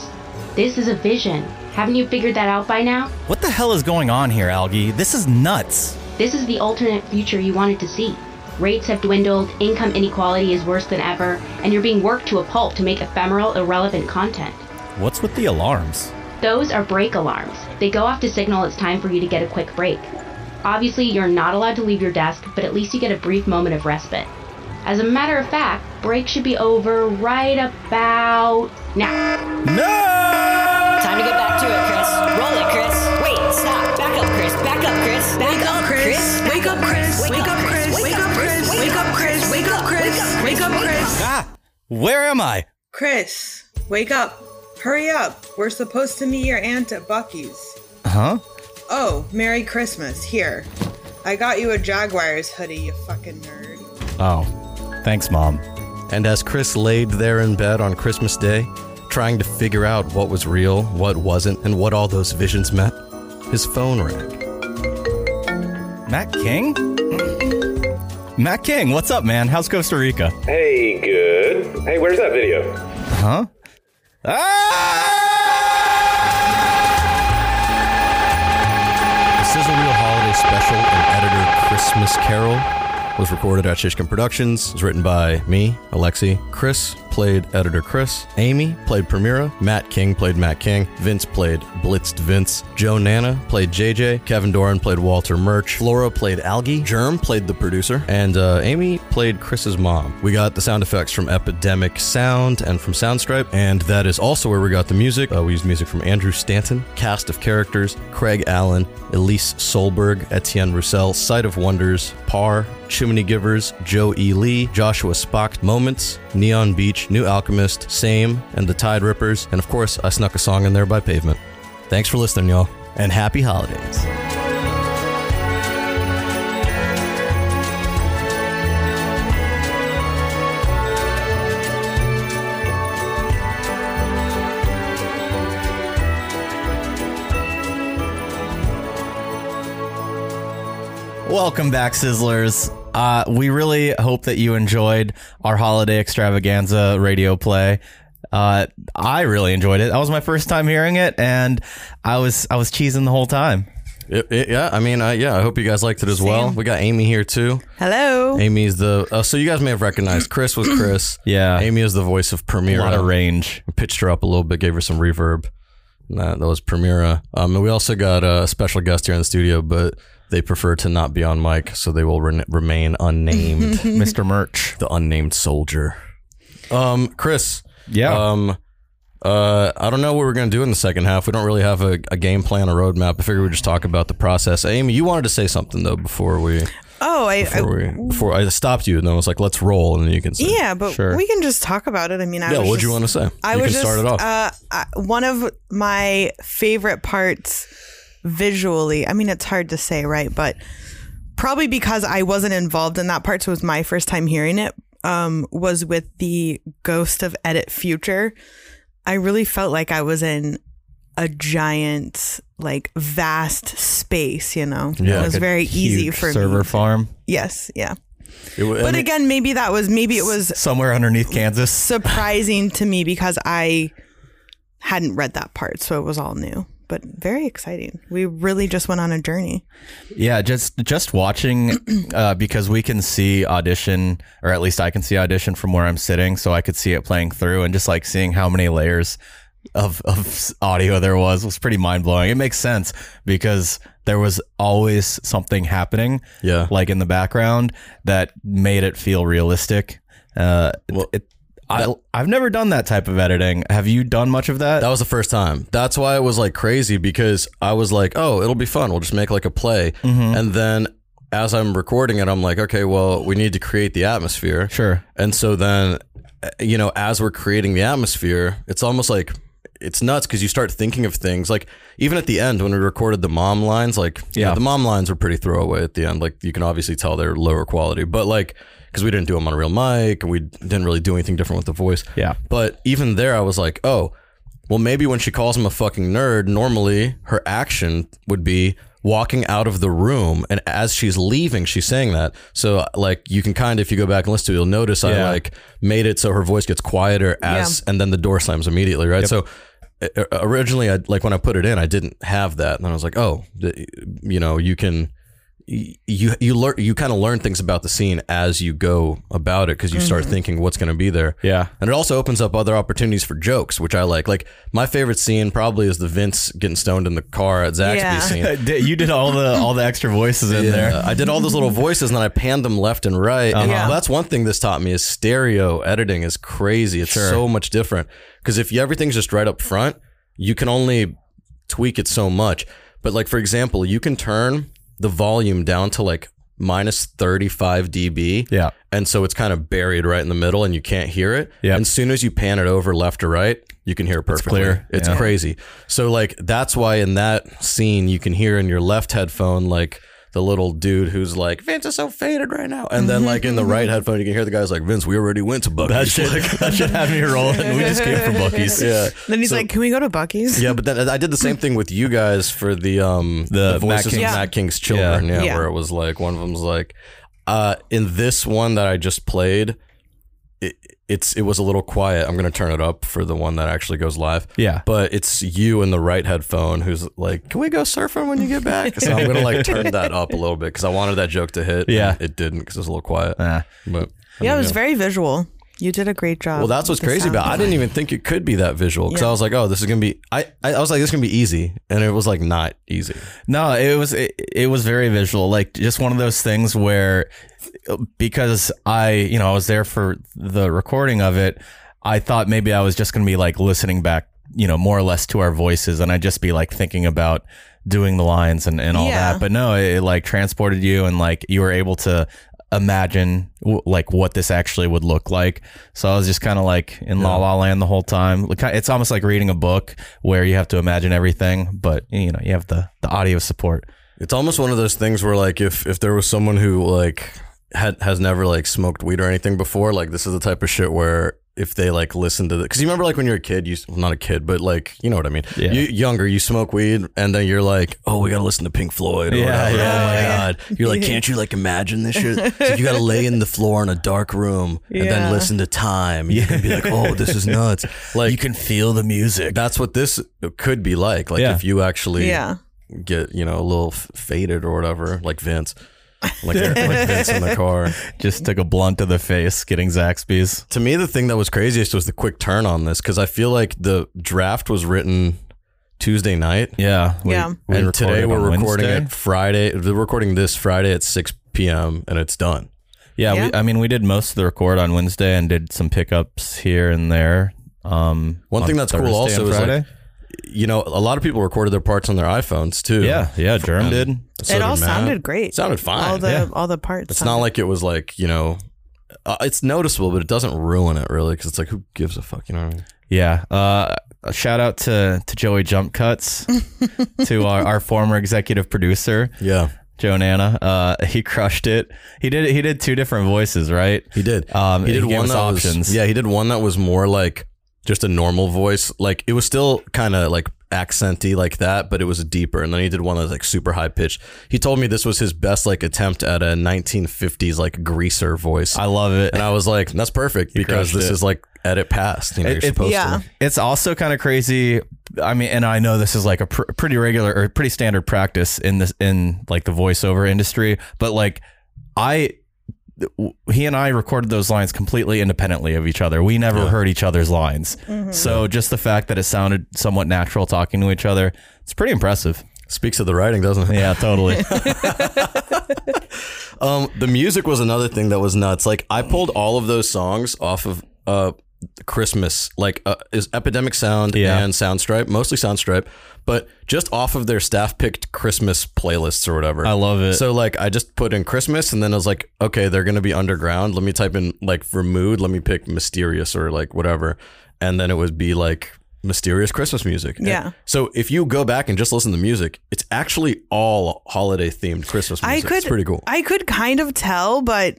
[SPEAKER 13] This is a vision. Haven't you figured that out by now?
[SPEAKER 3] What the hell is going on here, Algie? This is nuts.
[SPEAKER 13] This is the alternate future you wanted to see. Rates have dwindled, income inequality is worse than ever, and you're being worked to a pulp to make ephemeral, irrelevant content.
[SPEAKER 3] What's with the alarms?
[SPEAKER 13] Those are break alarms. They go off to signal it's time for you to get a quick break. Obviously, you're not allowed to leave your desk, but at least you get a brief moment of respite. As a matter of fact, break should be over right about now.
[SPEAKER 14] Time to get back to it, Chris. Roll it, Chris. Wait, stop. Back up, Chris. Back up, Chris. Back
[SPEAKER 15] Wake up, Chris.
[SPEAKER 14] Back
[SPEAKER 15] Wake up, Chris. Wake up, Chris. Wake up, Chris. Wake up, Chris. Wake up, Chris. Wake up, Chris.
[SPEAKER 3] Ah, where am I?
[SPEAKER 11] Chris, wake up. Hurry up. We're supposed to meet your aunt at Bucky's.
[SPEAKER 2] Uh-huh.
[SPEAKER 3] Huh?
[SPEAKER 11] Oh, Merry Christmas. Here. I got you a Jaguars hoodie, you fucking nerd.
[SPEAKER 3] Oh, thanks, Mom.
[SPEAKER 2] And as Chris laid there in bed on Christmas Day, trying to figure out what was real, what wasn't, and what all those visions meant, his phone rang.
[SPEAKER 3] Matt King? Matt King, what's up, man? How's Costa Rica?
[SPEAKER 16] Hey, good. Hey, where's that video?
[SPEAKER 3] Huh? Ah!
[SPEAKER 2] The Sizzle Reel Holiday Special and Editor Christmas Carol was recorded at Shishkin Productions. It was written by me, Alexi. Chris played Editor Chris. Amy played Premira. Matt King played Matt King. Vince played Blitzed Vince. Joe Nana played JJ. Kevin Doran played Walter Murch. Flora played Algie. Germ played the producer. And uh, Amy played Chris's mom. We got the sound effects from Epidemic Sound and from Soundstripe. And that is also where we got the music. Uh, we used music from Andrew Stanton, cast of characters, Craig Allen, Elise Solberg, Etienne Roussel, Sight of Wonders, Parr, Chimney Givers, Joe E. Lee, Joshua Spock, Moments, Neon Beach, New Alchemist, Same, and The Tide Rippers. And of course, I snuck a song in there by Pavement. Thanks for listening, y'all, and happy holidays.
[SPEAKER 3] Welcome back, Sizzlers. Uh, we really hope that you enjoyed our holiday extravaganza radio play. Uh, I really enjoyed it. That was my first time hearing it, and I was I was cheesing the whole time.
[SPEAKER 2] yeah, I mean, I, yeah, I hope you guys liked it as well. We got Amy here too.
[SPEAKER 11] Hello.
[SPEAKER 2] Amy's the uh, so you guys may have recognized Chris was Chris. yeah. Amy is the voice of Premiere.
[SPEAKER 3] A lot of
[SPEAKER 11] (laughs)
[SPEAKER 3] range.
[SPEAKER 2] Pitched her up a little bit, gave her some reverb. And That, that was Premiera. Um, and we also got a special guest here in the studio, but they prefer to not be on mic, so they will re- remain unnamed.
[SPEAKER 3] (laughs) Mr. Merch,
[SPEAKER 2] the unnamed soldier. Um, Chris. Yeah. Um, uh, I don't know what we're gonna do in the second half. We don't really have a, a game plan, a roadmap. I figure we just talk about the process. Amy, you wanted to say something though before we
[SPEAKER 11] Oh, I, I
[SPEAKER 2] before, we, before I stopped you, and I was like, "Let's roll," and then you can say,
[SPEAKER 11] yeah, but we can just talk about it. I mean, I
[SPEAKER 2] yeah,
[SPEAKER 11] was
[SPEAKER 2] what'd you
[SPEAKER 11] just-
[SPEAKER 2] want to say?
[SPEAKER 11] I
[SPEAKER 2] you
[SPEAKER 11] was
[SPEAKER 2] can
[SPEAKER 11] just
[SPEAKER 2] start it off.
[SPEAKER 11] Uh, I- one of my favorite parts visually. I mean, it's hard to say, right? But probably because I wasn't involved in that part, so it was my first time hearing it. Um, was with the ghost of Edit Future. I really felt like I was in a giant, like vast space. You know, it was
[SPEAKER 3] Like a
[SPEAKER 11] very easy
[SPEAKER 3] huge
[SPEAKER 11] for
[SPEAKER 3] server
[SPEAKER 11] me.
[SPEAKER 3] farm.
[SPEAKER 11] Yes, yeah.
[SPEAKER 2] It wa-
[SPEAKER 11] But
[SPEAKER 3] and it-
[SPEAKER 11] again, maybe that was maybe it was
[SPEAKER 3] somewhere underneath Kansas.
[SPEAKER 11] surprising to me because I hadn't read that part, so it was all new, but very exciting. We really just went on a journey.
[SPEAKER 3] Yeah, just just watching (clears throat) uh, because we can see audition, or at least I can see audition from where I'm sitting, so I could see it playing through, and just like seeing how many layers of of s- audio there was was pretty mind blowing. It makes sense because there was always something happening,
[SPEAKER 2] yeah,
[SPEAKER 3] like in the background that made it feel realistic. Uh, it, I I've never done that type of editing. Have you done much of that?
[SPEAKER 2] That was the first time. That's why it was like crazy because I was like, oh, it'll be fun. We'll just make like a play.
[SPEAKER 3] Mhm.
[SPEAKER 2] And then as I'm recording it, I'm like, okay, well, we need to create the atmosphere.
[SPEAKER 3] Sure.
[SPEAKER 2] And so then, uh, you know, as we're creating the atmosphere, it's almost like it's nuts because you start thinking of things like even at the end when we recorded the mom lines, like yeah,
[SPEAKER 3] Yeah.
[SPEAKER 2] the mom lines were pretty throwaway at the end. Like you can obviously tell they're lower quality, but like because we didn't do them on a real mic and we didn't really do anything different with the voice.
[SPEAKER 3] Yeah.
[SPEAKER 2] But even there, I was like, oh, well, maybe when she calls him a fucking nerd, normally her action would be walking out of the room. And as she's leaving, she's saying that. So, like, you can kind of, if you go back and listen to it, you'll notice I
[SPEAKER 3] Yeah.
[SPEAKER 2] like made it so her voice gets quieter as, and then the door slams immediately, right? So, o- originally, I like when I put it in, I didn't have that. And then I was like, oh, th- you know, you can. y- You you learn you kind of learn things about the scene as you go about it because you start
[SPEAKER 3] Mhm.
[SPEAKER 2] thinking what's going to be there.
[SPEAKER 3] Yeah.
[SPEAKER 2] And it also opens up other opportunities for jokes, which I like. Like my favorite scene probably is the Vince getting stoned in the car at Zaxby's
[SPEAKER 3] Yeah. (laughs)
[SPEAKER 2] scene.
[SPEAKER 3] Uh, you did all the all the extra voices in
[SPEAKER 2] (laughs)
[SPEAKER 3] there.
[SPEAKER 2] I did all those little voices and then I panned them left and right. And
[SPEAKER 3] Uh-huh.
[SPEAKER 2] that's one thing this taught me is stereo editing is crazy. It's
[SPEAKER 3] Sure.
[SPEAKER 2] so much different. Because if you, everything's just right up front, you can only tweak it so much. But like for example, you can turn the volume down to like minus 35 dB.
[SPEAKER 3] Yeah.
[SPEAKER 2] And so it's kind of buried right in the middle and you can't hear it.
[SPEAKER 3] Yeah.
[SPEAKER 2] And as soon as you pan it over left or right, you can hear it perfectly.
[SPEAKER 3] clear.
[SPEAKER 2] It's
[SPEAKER 3] Yeah.
[SPEAKER 2] crazy. So like that's why in that scene you can hear in your left headphone like the little dude who's like Vince is so faded right now, and then like in the
[SPEAKER 11] (laughs)
[SPEAKER 2] right headphone you can hear the guy's like Vince, we already went to Bucky's.
[SPEAKER 3] That should-
[SPEAKER 2] Like-
[SPEAKER 3] that should have me rolling. We just came from
[SPEAKER 11] (laughs)
[SPEAKER 3] Buc-ee's.
[SPEAKER 2] Yeah.
[SPEAKER 11] Then he's
[SPEAKER 2] So-
[SPEAKER 11] like, "Can we go to Bucky's?"
[SPEAKER 2] yeah, but then I did the same thing with you guys for the um the,
[SPEAKER 3] Matt
[SPEAKER 2] voices
[SPEAKER 3] King-
[SPEAKER 2] of
[SPEAKER 3] Yeah.
[SPEAKER 2] Matt King's children.
[SPEAKER 3] Yeah.
[SPEAKER 2] Yeah.
[SPEAKER 3] Yeah.
[SPEAKER 2] where it was like one of them's like, uh, in this one that I just played, it, it's it was a little quiet. I'm gonna turn it up for the one that actually goes live.
[SPEAKER 3] Yeah.
[SPEAKER 2] But it's you in the right headphone who's like, "Can we go surfing when you get back?" So I'm gonna like turn that up a little bit because I wanted that joke to hit.
[SPEAKER 3] Yeah.
[SPEAKER 2] and It didn't because it was a little quiet. But
[SPEAKER 11] Yeah, it was
[SPEAKER 2] Yeah.
[SPEAKER 11] very visual. You did a great job.
[SPEAKER 2] Well, that's what's crazy about. It. I didn't even think it could be that visual because
[SPEAKER 11] Yeah.
[SPEAKER 2] I was like, "Oh, this is gonna be." I, I I was like, "This is gonna be easy," and it was like not easy.
[SPEAKER 3] No, it was it, it was very visual, like just one of those things where because I, you know, I was there for the recording of it, I thought maybe I was just going to be like listening back, you know, more or less to our voices and I'd just be like thinking about doing the lines and and all
[SPEAKER 11] Yeah.
[SPEAKER 3] that. But no, it, it, like transported you and like you were able to imagine w- like what this actually would look like. So I was just kind of like in La La Land the whole time. Like, ki- It's almost like reading a book where you have to imagine everything, but you know you have the the audio support.
[SPEAKER 2] It's almost one of those things where like if if there was someone who like had has never like smoked weed or anything before, like this is the type of shit where if they like listen to the because you remember like when you're a kid, you s- well, not a kid, but like you know what I mean.
[SPEAKER 3] Yeah.
[SPEAKER 2] You younger, you smoke weed, and then you're like, oh, we gotta listen to Pink Floyd. Or
[SPEAKER 3] Yeah,
[SPEAKER 2] whatever.
[SPEAKER 3] yeah,
[SPEAKER 2] oh my
[SPEAKER 3] yeah.
[SPEAKER 2] god, you're (laughs) like, can't you like imagine this shit? It's like, you gotta lay in the floor in a dark room and
[SPEAKER 3] Yeah.
[SPEAKER 2] then listen to time. You can be like, oh, this is nuts. (laughs) Like you
[SPEAKER 3] can feel the music.
[SPEAKER 2] That's what this could be like. Like
[SPEAKER 3] Yeah.
[SPEAKER 2] if you actually
[SPEAKER 11] Yeah.
[SPEAKER 2] get you know a little f- faded or whatever, like Vince,
[SPEAKER 11] (laughs)
[SPEAKER 2] like, like Vince in the car.
[SPEAKER 3] Just took a blunt to the face getting Zaxby's.
[SPEAKER 2] To me, the thing that was craziest was the quick turn on this because I feel like the draft was written Tuesday night.
[SPEAKER 3] Yeah,
[SPEAKER 11] we- Yeah.
[SPEAKER 3] we
[SPEAKER 2] and
[SPEAKER 3] recorded
[SPEAKER 2] today we're
[SPEAKER 3] on
[SPEAKER 2] recording
[SPEAKER 3] Wednesday.
[SPEAKER 2] it Friday. We're recording this Friday at six p.m. and it's done.
[SPEAKER 3] Yeah,
[SPEAKER 11] Yeah.
[SPEAKER 3] We, I mean, we did most of the record on Wednesday and did some pickups here and there. Um,
[SPEAKER 2] One
[SPEAKER 3] on
[SPEAKER 2] thing that's
[SPEAKER 3] Thursday
[SPEAKER 2] cool also
[SPEAKER 3] and
[SPEAKER 2] is
[SPEAKER 3] Friday.
[SPEAKER 2] like, you know, a lot of people recorded their parts on their iPhones too.
[SPEAKER 3] Yeah, yeah, Jerm
[SPEAKER 2] And
[SPEAKER 3] did.
[SPEAKER 2] so
[SPEAKER 11] it all
[SPEAKER 2] Matt.
[SPEAKER 11] sounded great.
[SPEAKER 2] Sounded fine.
[SPEAKER 11] All the
[SPEAKER 2] Yeah.
[SPEAKER 11] all the parts.
[SPEAKER 2] It's not like it was like you know, uh, it's noticeable, but it doesn't ruin it really because it's like who gives a fuck, you know? What I mean?
[SPEAKER 3] yeah. Uh, a shout out to to Joey Jump Cuts, to our, our former executive producer.
[SPEAKER 2] Yeah.
[SPEAKER 3] Joe Nana, uh, he crushed it. He did. He did two different voices, right?
[SPEAKER 2] He did.
[SPEAKER 3] Um,
[SPEAKER 2] he did
[SPEAKER 3] gave
[SPEAKER 2] one
[SPEAKER 3] us
[SPEAKER 2] that
[SPEAKER 3] options.
[SPEAKER 2] Was, yeah, he did one that was more like just a normal voice. Like it was still kind of like accenty like that, but it was deeper. And then he did one that was like super high pitched. He told me this was his best like attempt at a 1950s like greaser voice. I
[SPEAKER 3] love it.
[SPEAKER 2] And I was like, that's perfect because
[SPEAKER 3] crushed
[SPEAKER 2] this
[SPEAKER 3] it.
[SPEAKER 2] is like edit past. You know,
[SPEAKER 3] It-
[SPEAKER 2] you're
[SPEAKER 3] it-
[SPEAKER 2] supposed to.
[SPEAKER 3] It's also kind of crazy. I mean, and I know this is like a pr- pretty regular or pretty standard practice in this in like the voiceover industry, but like I he and I recorded those lines completely independently of each other. We never heard each other's lines.
[SPEAKER 11] Mm-hmm.
[SPEAKER 3] So just the fact that it sounded somewhat natural talking to each other, it's pretty impressive.
[SPEAKER 2] Speaks of the writing, doesn't it?
[SPEAKER 3] Yeah, totally.
[SPEAKER 2] Um, the music was another thing that was nuts. Like I pulled all of those songs off of uh Christmas, like uh, is Epidemic Sound
[SPEAKER 3] Yeah.
[SPEAKER 2] and Soundstripe, mostly Soundstripe, but just off of their staff picked Christmas playlists or whatever.
[SPEAKER 3] (laughs) I love it.
[SPEAKER 2] So like I just put in Christmas, and then I was like, okay, they're gonna be underground. Let me type in like for mood. Let me pick mysterious or like whatever, and then it would be like mysterious Christmas music.
[SPEAKER 11] Yeah.
[SPEAKER 2] And so if you go back and just listen to music, it's actually all holiday themed Christmas
[SPEAKER 11] I
[SPEAKER 2] music.
[SPEAKER 11] could
[SPEAKER 2] it's pretty cool.
[SPEAKER 11] I could kind of tell, but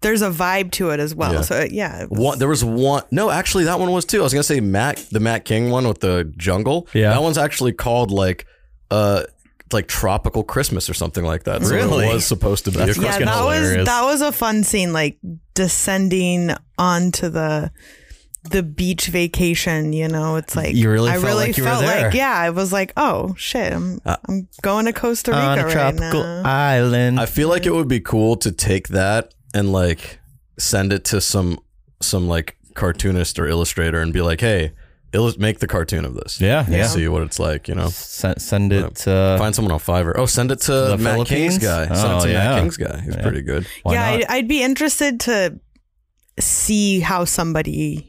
[SPEAKER 11] there's a vibe to it as well.
[SPEAKER 2] Yeah.
[SPEAKER 11] So yeah,
[SPEAKER 2] One, there was one. No, actually, that one was too. I was gonna say Matt, the Matt King one with the jungle.
[SPEAKER 3] Yeah.
[SPEAKER 2] that one's actually called like, uh, like tropical Christmas or something like that. So
[SPEAKER 3] Really?
[SPEAKER 2] it was supposed to be.
[SPEAKER 3] That's
[SPEAKER 2] a
[SPEAKER 3] Yeah,
[SPEAKER 11] yeah,
[SPEAKER 2] Christmas-
[SPEAKER 11] that was
[SPEAKER 3] hilarious.
[SPEAKER 11] that was a fun scene, like descending onto the the beach vacation. You know, it's like
[SPEAKER 3] You really
[SPEAKER 11] I
[SPEAKER 3] felt
[SPEAKER 11] really
[SPEAKER 3] like you were
[SPEAKER 11] felt
[SPEAKER 3] there. Uh,
[SPEAKER 11] like yeah, I was like, oh shit, I'm I'm going to Costa Rica
[SPEAKER 3] On a
[SPEAKER 11] right
[SPEAKER 3] tropical
[SPEAKER 11] now.
[SPEAKER 3] island.
[SPEAKER 2] I feel like it would be cool to take that and like send it to some some like cartoonist or illustrator and be like, hey, illus- make the cartoon of this.
[SPEAKER 3] Yeah,
[SPEAKER 2] And
[SPEAKER 3] yeah.
[SPEAKER 2] See what it's like, you know.
[SPEAKER 3] send, send it uh, to
[SPEAKER 2] Find someone on Fiverr. Oh, send it to
[SPEAKER 3] the
[SPEAKER 2] Matt King's
[SPEAKER 3] Philippines?
[SPEAKER 2] guy. Send it
[SPEAKER 3] Oh,
[SPEAKER 2] to
[SPEAKER 3] yeah.
[SPEAKER 2] Matt King's guy. He's
[SPEAKER 3] Yeah.
[SPEAKER 2] pretty good.
[SPEAKER 11] yeah, I'd, I'd be interested to see how somebody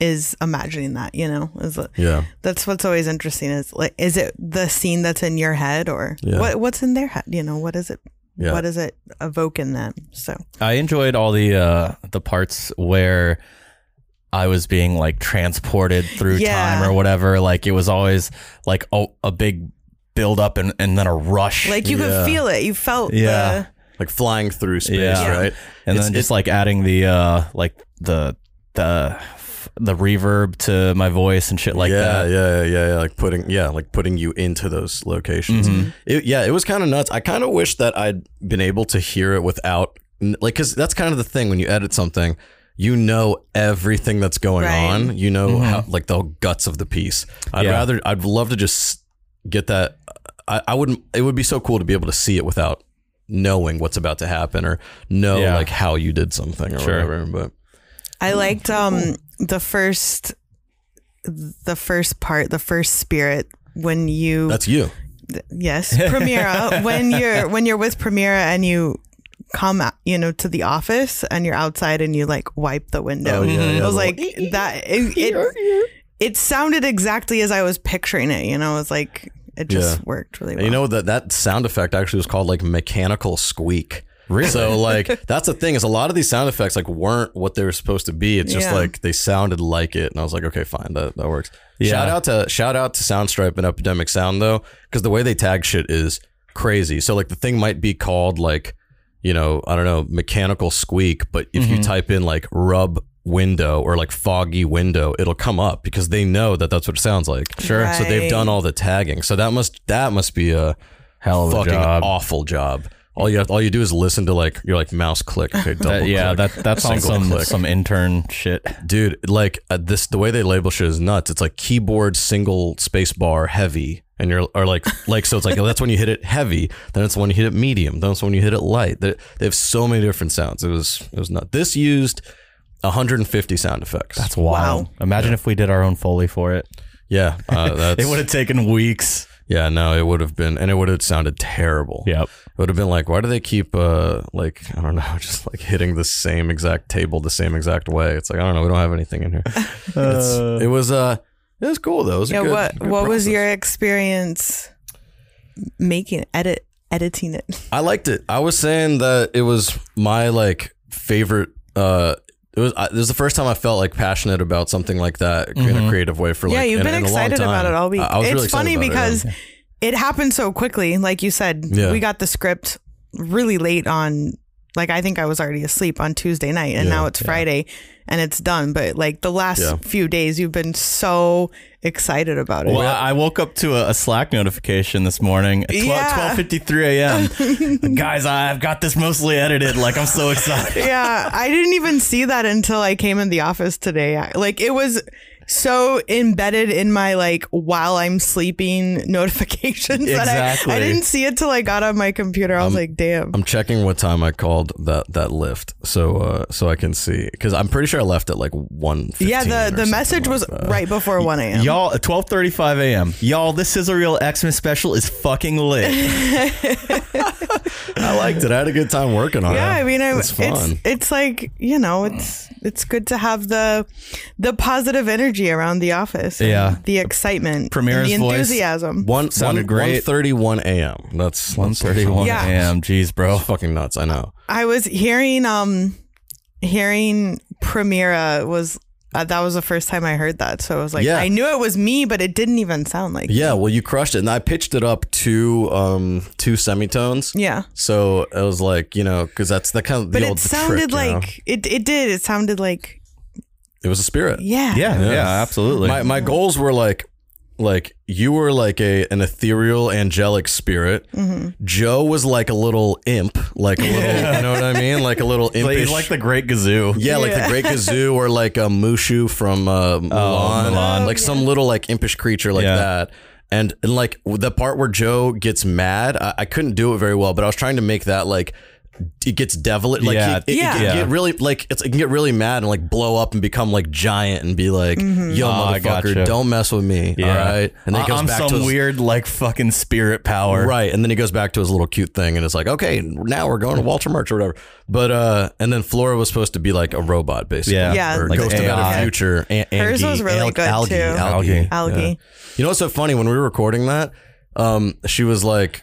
[SPEAKER 11] is imagining that. You know, is it-
[SPEAKER 2] Yeah.
[SPEAKER 11] that's what's always interesting. Is like, is it the scene that's in your head, or
[SPEAKER 3] Yeah.
[SPEAKER 11] what what's in their head? You know, what is it?
[SPEAKER 3] Yeah.
[SPEAKER 11] What does it evoke in them? So
[SPEAKER 3] I enjoyed all the uh, the parts where I was being like transported through
[SPEAKER 11] Yeah.
[SPEAKER 3] time or whatever. Like it was always like a, a big build up and, and then a rush.
[SPEAKER 11] like you could feel it. You felt
[SPEAKER 3] Yeah.
[SPEAKER 11] the
[SPEAKER 2] Like flying through space,
[SPEAKER 3] Yeah.
[SPEAKER 2] right?
[SPEAKER 3] And
[SPEAKER 2] It's-
[SPEAKER 3] then just like adding the uh like the the the reverb to my voice and shit like
[SPEAKER 2] yeah,
[SPEAKER 3] that.
[SPEAKER 2] Yeah, yeah, yeah, like putting yeah, like putting you into those locations.
[SPEAKER 3] Mhm.
[SPEAKER 2] It, yeah, it was kind of nuts. I kind of wish that I'd been able to hear it without n- like because that's kind of the thing when you edit something you know everything that's going
[SPEAKER 11] Right.
[SPEAKER 2] on you know
[SPEAKER 11] Mhm.
[SPEAKER 2] how, like the guts of the piece i'd
[SPEAKER 17] Yeah.
[SPEAKER 2] rather i'd love to just get that I, I wouldn't it would be so cool to be able to see it without knowing what's about to happen or know
[SPEAKER 17] Yeah.
[SPEAKER 2] like how you did something or
[SPEAKER 17] Sure.
[SPEAKER 2] whatever but
[SPEAKER 11] I liked um the first the first part, the first spirit when you
[SPEAKER 2] that's you (laughs)
[SPEAKER 11] yes, Premiera uh, when you're when you're with Premiera and you come you know to the office and you're outside and you like wipe the window.
[SPEAKER 2] Oh, yeah, yeah,
[SPEAKER 11] I was
[SPEAKER 2] the-
[SPEAKER 11] (laughs) like that it, it it sounded exactly as I was picturing it, you know, it was like it just worked really
[SPEAKER 2] And
[SPEAKER 11] well.
[SPEAKER 2] You know that that sound effect actually was called like mechanical squeak. Really?
[SPEAKER 17] (laughs)
[SPEAKER 2] So like that's the thing is a lot of these sound effects like weren't what they were supposed to be. It's just
[SPEAKER 17] Yeah.
[SPEAKER 2] like they sounded like it, and I was like, okay, fine, that, that works.
[SPEAKER 17] Yeah.
[SPEAKER 2] Shout out to shout out to Soundstripe and Epidemic Sound though, because the way they tag shit is crazy. So like the thing might be called like you know I don't know mechanical squeak, but if you
[SPEAKER 17] Mhm.
[SPEAKER 2] type in like rub window or like foggy window, it'll come up because they know that that's what it sounds like.
[SPEAKER 17] Sure.
[SPEAKER 2] So they've
[SPEAKER 17] Right.
[SPEAKER 2] done all the tagging. So that must that must be a hell
[SPEAKER 17] of a
[SPEAKER 2] fucking
[SPEAKER 17] job.
[SPEAKER 2] awful job. All you have, all you do is listen to like you're like mouse click. Okay, double
[SPEAKER 17] That- yeah,
[SPEAKER 2] click,
[SPEAKER 17] that- that's on
[SPEAKER 2] single
[SPEAKER 17] some- some
[SPEAKER 2] intern shit, dude. Like uh, this, the way they label shit is nuts. It's like keyboard single space bar heavy, and you're or like (laughs) like so it's like oh, that's when you hit it heavy. Then it's when you hit it medium. Then it's when you hit it light. They, they have so many different sounds. It was it was nuts. This used 150 sound effects. That's
[SPEAKER 17] wild. Wow.
[SPEAKER 2] Imagine if we did our own foley for it. Yeah, uh,
[SPEAKER 17] (laughs)
[SPEAKER 2] that's,
[SPEAKER 17] It would've
[SPEAKER 2] taken weeks. Yeah, no, it would have been, and it would have sounded terrible. Yep. It would have been like, why do they keep, uh, like, I don't know, (laughs) just like hitting the same exact table the same exact way? It's like, I don't know, we don't have anything in here. (laughs) It's- it was, uh, it was cool though. It was a
[SPEAKER 11] yeah,
[SPEAKER 2] good-
[SPEAKER 11] what
[SPEAKER 2] good
[SPEAKER 11] what was
[SPEAKER 2] process.
[SPEAKER 11] your experience making edit editing it?
[SPEAKER 2] I liked it. I was saying that it was my like favorite. Uh, it was I, this was the first time I felt like passionate about something like that in a
[SPEAKER 11] Mhm.
[SPEAKER 2] creative way for like
[SPEAKER 11] yeah, you've
[SPEAKER 2] in-
[SPEAKER 11] been
[SPEAKER 2] in a long
[SPEAKER 11] excited about
[SPEAKER 2] time.
[SPEAKER 11] it all week.
[SPEAKER 2] I, I was
[SPEAKER 11] it's
[SPEAKER 2] really excited
[SPEAKER 11] funny
[SPEAKER 2] about it, yeah.
[SPEAKER 11] because it, happened so quickly. Like you said,
[SPEAKER 2] Yeah.
[SPEAKER 11] we got the script really late on. Like I think I was already asleep on Tuesday night, and
[SPEAKER 2] Yeah,
[SPEAKER 11] now it's
[SPEAKER 2] yeah.
[SPEAKER 11] Friday, and it's done. But like the last
[SPEAKER 17] Yeah.
[SPEAKER 11] few days, you've been so excited about it.
[SPEAKER 17] Well, I I woke up to a, a Slack notification this morning at 12,
[SPEAKER 11] Yeah.
[SPEAKER 17] 12.53
[SPEAKER 11] (laughs)
[SPEAKER 17] a.m. Guys, I've got this mostly edited. Like, I'm so excited.
[SPEAKER 11] yeah, I didn't even see that until I came in the office today. I- Like it was so embedded in my like while I'm sleeping (laughs) notifications that I, I
[SPEAKER 2] Exactly.
[SPEAKER 11] didn't see it till I got on my computer. I was like, damn.
[SPEAKER 2] I'm checking what time I called that that lift, so uh, so I can see because I'm pretty sure I left at like one.
[SPEAKER 11] Yeah, the the message was right before one a.m.
[SPEAKER 17] Y'all, uh, at 12.35 a.m. Y'all, this is a real Xmas special is fucking lit.
[SPEAKER 11] (laughs)
[SPEAKER 2] I (laughs) liked it. I had a good time working on
[SPEAKER 11] yeah,
[SPEAKER 2] it.
[SPEAKER 11] I mean, I,
[SPEAKER 2] it's
[SPEAKER 11] it's,
[SPEAKER 2] fun.
[SPEAKER 11] it's like you know, it's it's good to have the the positive energy around the office. and
[SPEAKER 2] Yeah.
[SPEAKER 11] the excitement,
[SPEAKER 2] Premier's
[SPEAKER 11] and the
[SPEAKER 2] voice.
[SPEAKER 11] enthusiasm.
[SPEAKER 2] One
[SPEAKER 17] Sounded
[SPEAKER 2] one,
[SPEAKER 17] great.
[SPEAKER 2] One thirty-one a.m. That's one
[SPEAKER 17] 1:31 Yeah.
[SPEAKER 2] a.m. Jeez, bro, fucking nuts. I know.
[SPEAKER 11] I was hearing um hearing Premiera was uh, that was the first time I heard that, so I was like,
[SPEAKER 2] Yeah.
[SPEAKER 11] I knew it was me, but it didn't even sound like.
[SPEAKER 2] Yeah, well, you crushed it, and I pitched it up to um two semitones.
[SPEAKER 11] Yeah.
[SPEAKER 2] So it was like you know because that's that kind of
[SPEAKER 11] But
[SPEAKER 2] the old
[SPEAKER 11] it sounded
[SPEAKER 2] trick, you know?
[SPEAKER 11] like it. It did. It sounded like
[SPEAKER 2] It was a spirit.
[SPEAKER 11] Yeah. Yeah,
[SPEAKER 17] yeah, absolutely.
[SPEAKER 2] My my goals were like like you were like a an ethereal angelic spirit.
[SPEAKER 17] Mhm.
[SPEAKER 2] Joe was like a little imp, like a
[SPEAKER 17] (laughs)
[SPEAKER 2] little, you know what I mean, like a little
[SPEAKER 17] Like-
[SPEAKER 2] impish.
[SPEAKER 17] he's like the Great Gazoo.
[SPEAKER 2] Yeah, like the
[SPEAKER 17] Yeah.
[SPEAKER 2] Great Gazoo or like a Mushu from uh, Mulan,
[SPEAKER 17] Oh, Mulan.
[SPEAKER 2] like some little like impish creature like
[SPEAKER 17] Yeah.
[SPEAKER 2] that. And, and like the part where Joe gets mad, I, I couldn't do it very well, but I was trying to make that like it gets devilish. Like
[SPEAKER 17] Yeah.
[SPEAKER 2] he- it, it can
[SPEAKER 17] Yeah.
[SPEAKER 2] get really like it's, it can get really mad and like blow up and become like giant and be like,
[SPEAKER 17] Mhm.
[SPEAKER 2] "Yo,
[SPEAKER 17] Oh, I
[SPEAKER 2] motherfucker,
[SPEAKER 17] gotcha.
[SPEAKER 2] don't mess with me." All right, and then he goes
[SPEAKER 17] I'm
[SPEAKER 2] back
[SPEAKER 17] some
[SPEAKER 2] to his,
[SPEAKER 17] weird, like, fucking spirit power.
[SPEAKER 2] Right. And then he goes back to his little cute thing and it's like, okay, now we're going to Walter Murch or whatever. But, uh, and then Flora was supposed to be like a robot, basically.
[SPEAKER 17] Yeah. Yeah.
[SPEAKER 2] Or
[SPEAKER 17] Like
[SPEAKER 2] Ghost of
[SPEAKER 17] AI.
[SPEAKER 2] Outer Future. A-
[SPEAKER 11] Hers
[SPEAKER 2] Angie,
[SPEAKER 11] was really
[SPEAKER 2] Al-
[SPEAKER 11] good,
[SPEAKER 2] algae,
[SPEAKER 11] too.
[SPEAKER 2] Algae.
[SPEAKER 11] Algae.
[SPEAKER 2] Yeah.
[SPEAKER 11] Algae.
[SPEAKER 2] You know what's so funny? When we were recording that, um, she was like,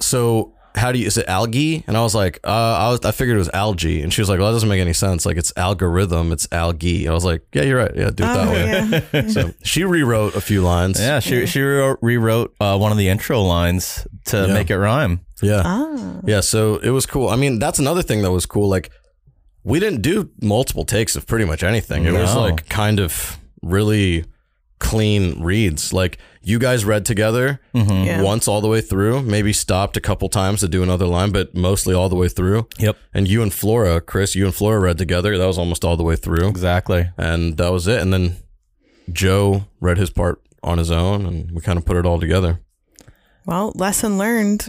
[SPEAKER 2] so how do you, is it algae? And I was like, uh, I, was, I figured it was algae. And she was like, well, that doesn't make any sense. Like, it's algorithm, it's algae. I was like, yeah, you're right. Yeah, do it
[SPEAKER 17] Oh,
[SPEAKER 2] that way. (laughs) so she rewrote a few lines.
[SPEAKER 17] Yeah, she she rewrote, rewrote uh, one of the intro lines to
[SPEAKER 2] Yeah.
[SPEAKER 17] make it rhyme.
[SPEAKER 2] Yeah. Yeah. So it was cool. I mean, that's another thing that was cool. Like, we didn't do multiple takes of pretty much anything. It was
[SPEAKER 17] No.
[SPEAKER 2] like kind of really clean reads. Like you guys read together
[SPEAKER 11] Yeah.
[SPEAKER 2] once all the way through, maybe stopped a couple times to do another line, but mostly all the way through.
[SPEAKER 3] Yep.
[SPEAKER 2] And you and Flora, Chris, you and Flora read together. That was almost all the way through.
[SPEAKER 3] Exactly.
[SPEAKER 2] And that was it. And then Joe read his part on his own and we kind of put it all together.
[SPEAKER 11] Well, lesson learned.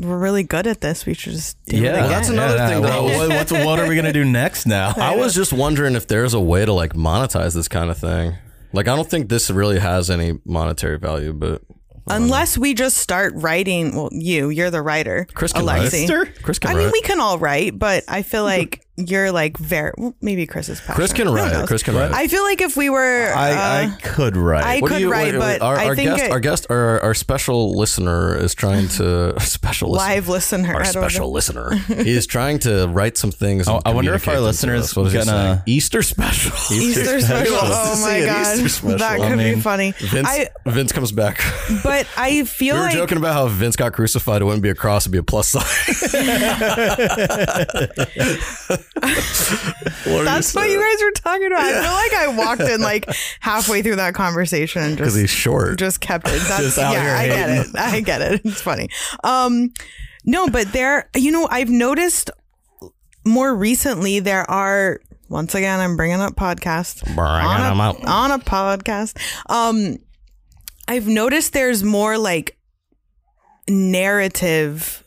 [SPEAKER 11] We're really good at this. We should just do it
[SPEAKER 2] Well,
[SPEAKER 11] again.
[SPEAKER 2] that's another thing though.
[SPEAKER 3] What, what's, what are we gonna do next
[SPEAKER 11] (laughs)
[SPEAKER 3] now?
[SPEAKER 2] I was just wondering if there's a way to like monetize this kind of thing. Like I don't think this really has any monetary value, but
[SPEAKER 11] Unless we just start writing, well, you, you're the writer,
[SPEAKER 2] Chris can write.
[SPEAKER 11] Alexi.
[SPEAKER 2] Sister? Chris can
[SPEAKER 11] I mean,
[SPEAKER 2] write.
[SPEAKER 11] we can all write, but I feel like you're like very. Well, maybe Chris is. Passionate.
[SPEAKER 2] Chris can
[SPEAKER 11] Who
[SPEAKER 2] write.
[SPEAKER 11] knows?
[SPEAKER 2] Chris can write.
[SPEAKER 11] I feel like if we were, uh,
[SPEAKER 3] I could write.
[SPEAKER 11] I could write, but
[SPEAKER 2] our,
[SPEAKER 11] I
[SPEAKER 2] our
[SPEAKER 11] think
[SPEAKER 2] guest,
[SPEAKER 11] it-
[SPEAKER 2] our guest, our, our special listener is trying to (laughs) special listener,
[SPEAKER 11] live listener,
[SPEAKER 2] Our
[SPEAKER 11] I don't know.
[SPEAKER 2] special
[SPEAKER 11] (laughs)
[SPEAKER 2] listener. He is trying to write some things. and
[SPEAKER 3] I wonder if our
[SPEAKER 2] communicate them to
[SPEAKER 3] listeners
[SPEAKER 2] us. What is he
[SPEAKER 3] gonna-
[SPEAKER 2] saying? Easter special.
[SPEAKER 11] (laughs) Easter special. Oh my god, that could be funny.
[SPEAKER 2] Vince,
[SPEAKER 11] I,
[SPEAKER 2] Vince comes back.
[SPEAKER 11] but I
[SPEAKER 2] (laughs)
[SPEAKER 11] feel
[SPEAKER 2] we were
[SPEAKER 11] like
[SPEAKER 2] joking about how if Vince got crucified. It wouldn't be a cross; it'd be a plus sign. What are
[SPEAKER 11] That's what you guys were talking about. I feel like I walked in like halfway through that conversation and just
[SPEAKER 2] (laughs) 'Cause he's short.
[SPEAKER 11] Just kept
[SPEAKER 2] (laughs)
[SPEAKER 11] it. That's
[SPEAKER 2] Just out here
[SPEAKER 11] yeah, I get it.
[SPEAKER 2] hating.
[SPEAKER 11] I get it. It's funny. Um no, but there you know, I've noticed more recently there are once again I'm bringing up podcasts on a,
[SPEAKER 3] them up.
[SPEAKER 11] on a podcast. Um I've noticed there's more like narrative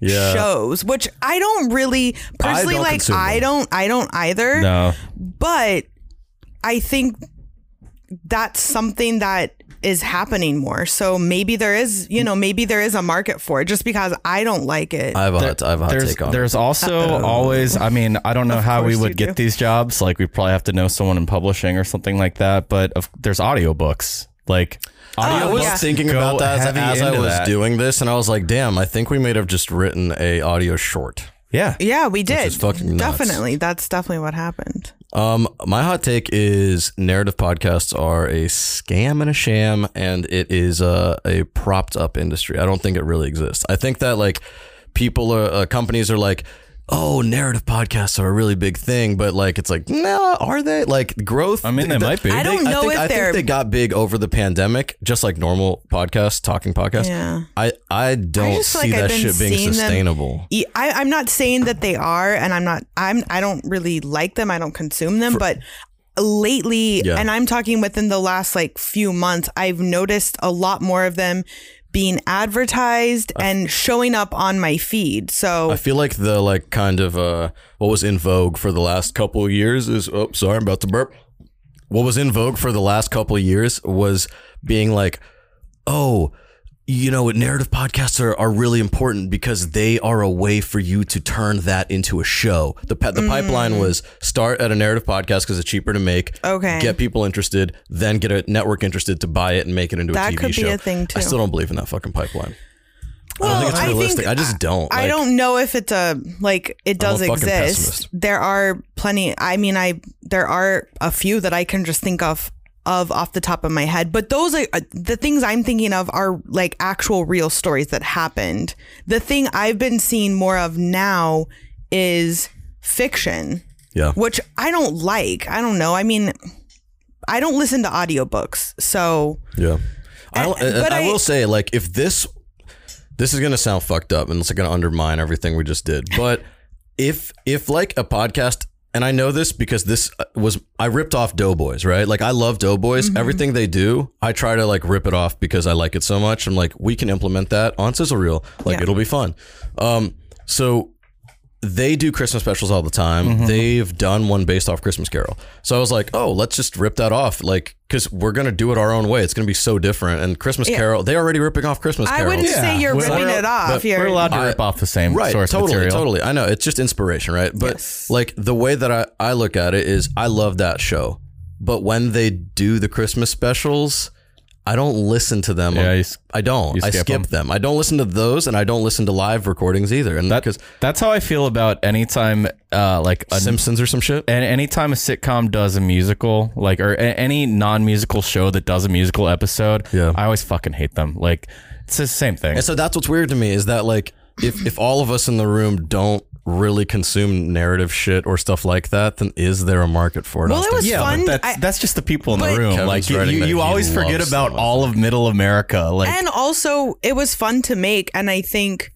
[SPEAKER 2] Yeah.
[SPEAKER 11] shows, which I don't really personally
[SPEAKER 2] don't
[SPEAKER 11] like.
[SPEAKER 2] consume
[SPEAKER 11] I
[SPEAKER 2] them.
[SPEAKER 11] don't. I don't either.
[SPEAKER 3] No.
[SPEAKER 11] But I think that's something that is happening more. So maybe there is, you know, maybe there is a market for it. Just because I don't like it.
[SPEAKER 2] I have a hot, I have a hot
[SPEAKER 3] there's,
[SPEAKER 2] take on.
[SPEAKER 3] there's also always i mean i don't know how we
[SPEAKER 11] Oh. course
[SPEAKER 3] would
[SPEAKER 11] you
[SPEAKER 3] get these jobs like we probably have to know someone in publishing or something like that but of, there's audiobooks like
[SPEAKER 2] Oh, I was
[SPEAKER 3] audiobooks
[SPEAKER 2] thinking
[SPEAKER 3] go
[SPEAKER 2] about that as,
[SPEAKER 3] heavy
[SPEAKER 2] as I
[SPEAKER 3] into
[SPEAKER 2] was
[SPEAKER 3] that.
[SPEAKER 2] doing this, and I was like, "Damn, I think we may have just written a audio short."
[SPEAKER 3] Yeah,
[SPEAKER 11] yeah, we did.
[SPEAKER 2] is fucking nuts.
[SPEAKER 11] definitely, that's definitely what happened.
[SPEAKER 2] Um, my hot take is narrative podcasts are a scam and a sham, and it is a, a propped up industry. I don't think it really exists. I think that like people are uh, companies are like, oh, narrative podcasts are a really big thing, but like it's like, no, are they? Like growth? I
[SPEAKER 3] mean, they might be. I
[SPEAKER 11] don't know
[SPEAKER 2] think,
[SPEAKER 11] if
[SPEAKER 2] I
[SPEAKER 11] they're-
[SPEAKER 2] think they got big over the pandemic, just like normal podcasts, talking podcasts.
[SPEAKER 11] Yeah.
[SPEAKER 2] I I don't
[SPEAKER 11] I just feel
[SPEAKER 2] see
[SPEAKER 11] like
[SPEAKER 2] that
[SPEAKER 11] I've been
[SPEAKER 2] shit being
[SPEAKER 11] seeing them-
[SPEAKER 2] sustainable.
[SPEAKER 11] E- I, I'm not saying that they are, and I'm not. I'm. I don't really like them. I don't consume them, but lately,
[SPEAKER 2] Yeah.
[SPEAKER 11] and I'm talking within the last like few months, I've noticed a lot more of them being advertised and showing up on my feed. So
[SPEAKER 2] I feel like the like kind of uh what was in vogue for the last couple of years is oh sorry I'm about to burp. What was in vogue for the last couple of years was being like, oh, you know, narrative podcasts are, are really important because they are a way for you to turn that into a show. The pa- the pipeline was start at a narrative podcast because it's cheaper to make.
[SPEAKER 11] Mm. Okay.
[SPEAKER 2] Get people interested, then get a network interested to buy it and make it into
[SPEAKER 11] That
[SPEAKER 2] a TV
[SPEAKER 11] could be
[SPEAKER 2] show.
[SPEAKER 11] a thing, too.
[SPEAKER 2] I still don't believe in that fucking pipeline. I
[SPEAKER 11] Well,
[SPEAKER 2] don't think it's
[SPEAKER 11] I think-
[SPEAKER 2] realistic. I just don't.
[SPEAKER 11] I
[SPEAKER 2] Like,
[SPEAKER 11] don't know if it's a like it does
[SPEAKER 2] a fucking
[SPEAKER 11] exist.
[SPEAKER 2] pessimist.
[SPEAKER 11] There are plenty. I mean, I there are a few that I can just think of of off the top of my head, but those are uh, the things I'm thinking of are like actual real stories that happened. The thing I've been seeing more of now is fiction.
[SPEAKER 2] Yeah.
[SPEAKER 11] Which I don't like. I don't know. I mean, I don't listen to audiobooks. So,
[SPEAKER 2] Yeah. I, don't- and
[SPEAKER 11] but
[SPEAKER 2] I,
[SPEAKER 11] I-
[SPEAKER 2] will say, like, if this, this is going to sound fucked up and it's going to undermine everything we just did. But if, if like a podcast, and I know this because this uh, was, I ripped off Doughboys, right? Like, I love Doughboys.
[SPEAKER 11] Mm-hmm.
[SPEAKER 2] Everything they do, I try to like rip it off because I like it so much. I'm like, we can implement that on Sizzle Reel. Like,
[SPEAKER 11] Yeah.
[SPEAKER 2] it'll be fun. Um, so they do Christmas specials all the time.
[SPEAKER 11] Mm-hmm.
[SPEAKER 2] They've done one based off Christmas Carol. So I was like, oh, let's just rip that off. Like, because we're going to do it our own way. It's going to be so different. And Christmas
[SPEAKER 11] Yeah.
[SPEAKER 2] Carol, they're already ripping off Christmas
[SPEAKER 11] I
[SPEAKER 2] Carol.
[SPEAKER 11] wouldn't say you're
[SPEAKER 3] Well,
[SPEAKER 11] ripping it off.
[SPEAKER 2] but
[SPEAKER 11] You're,
[SPEAKER 3] we're allowed to
[SPEAKER 2] I-
[SPEAKER 3] rip off the same
[SPEAKER 2] right.
[SPEAKER 3] source
[SPEAKER 2] totally.
[SPEAKER 3] material
[SPEAKER 2] Totally. I know. It's just inspiration, right? But like the way that I, I look at it is I love that show. But when they do the Christmas specials, I don't listen to them.
[SPEAKER 3] Yeah,
[SPEAKER 2] I,
[SPEAKER 3] you s-
[SPEAKER 2] don't.
[SPEAKER 3] you
[SPEAKER 2] I
[SPEAKER 3] skip
[SPEAKER 2] skip them. I don't listen to those and I don't listen to live recordings either. And because
[SPEAKER 3] that's how i feel about anytime uh like a
[SPEAKER 2] Simpsons or some shit
[SPEAKER 3] and anytime a sitcom does a musical like or a- any non-musical show that does a musical episode yeah i always fucking hate them like it's the same thing
[SPEAKER 2] And so that's what's weird to me is that like if if all of us in the room don't really consume narrative shit or stuff like that, then is there a market for it?
[SPEAKER 11] Well, it
[SPEAKER 2] Austin?
[SPEAKER 11] was
[SPEAKER 3] Yeah, but that's, that's just the people in the room.
[SPEAKER 2] Kevin's
[SPEAKER 3] like you,
[SPEAKER 2] writing
[SPEAKER 3] you,
[SPEAKER 2] that
[SPEAKER 3] you
[SPEAKER 2] he
[SPEAKER 3] always
[SPEAKER 2] loves
[SPEAKER 3] forget about
[SPEAKER 2] Sylvan.
[SPEAKER 3] all of Middle America. Like
[SPEAKER 11] and also, it was fun to make, and I think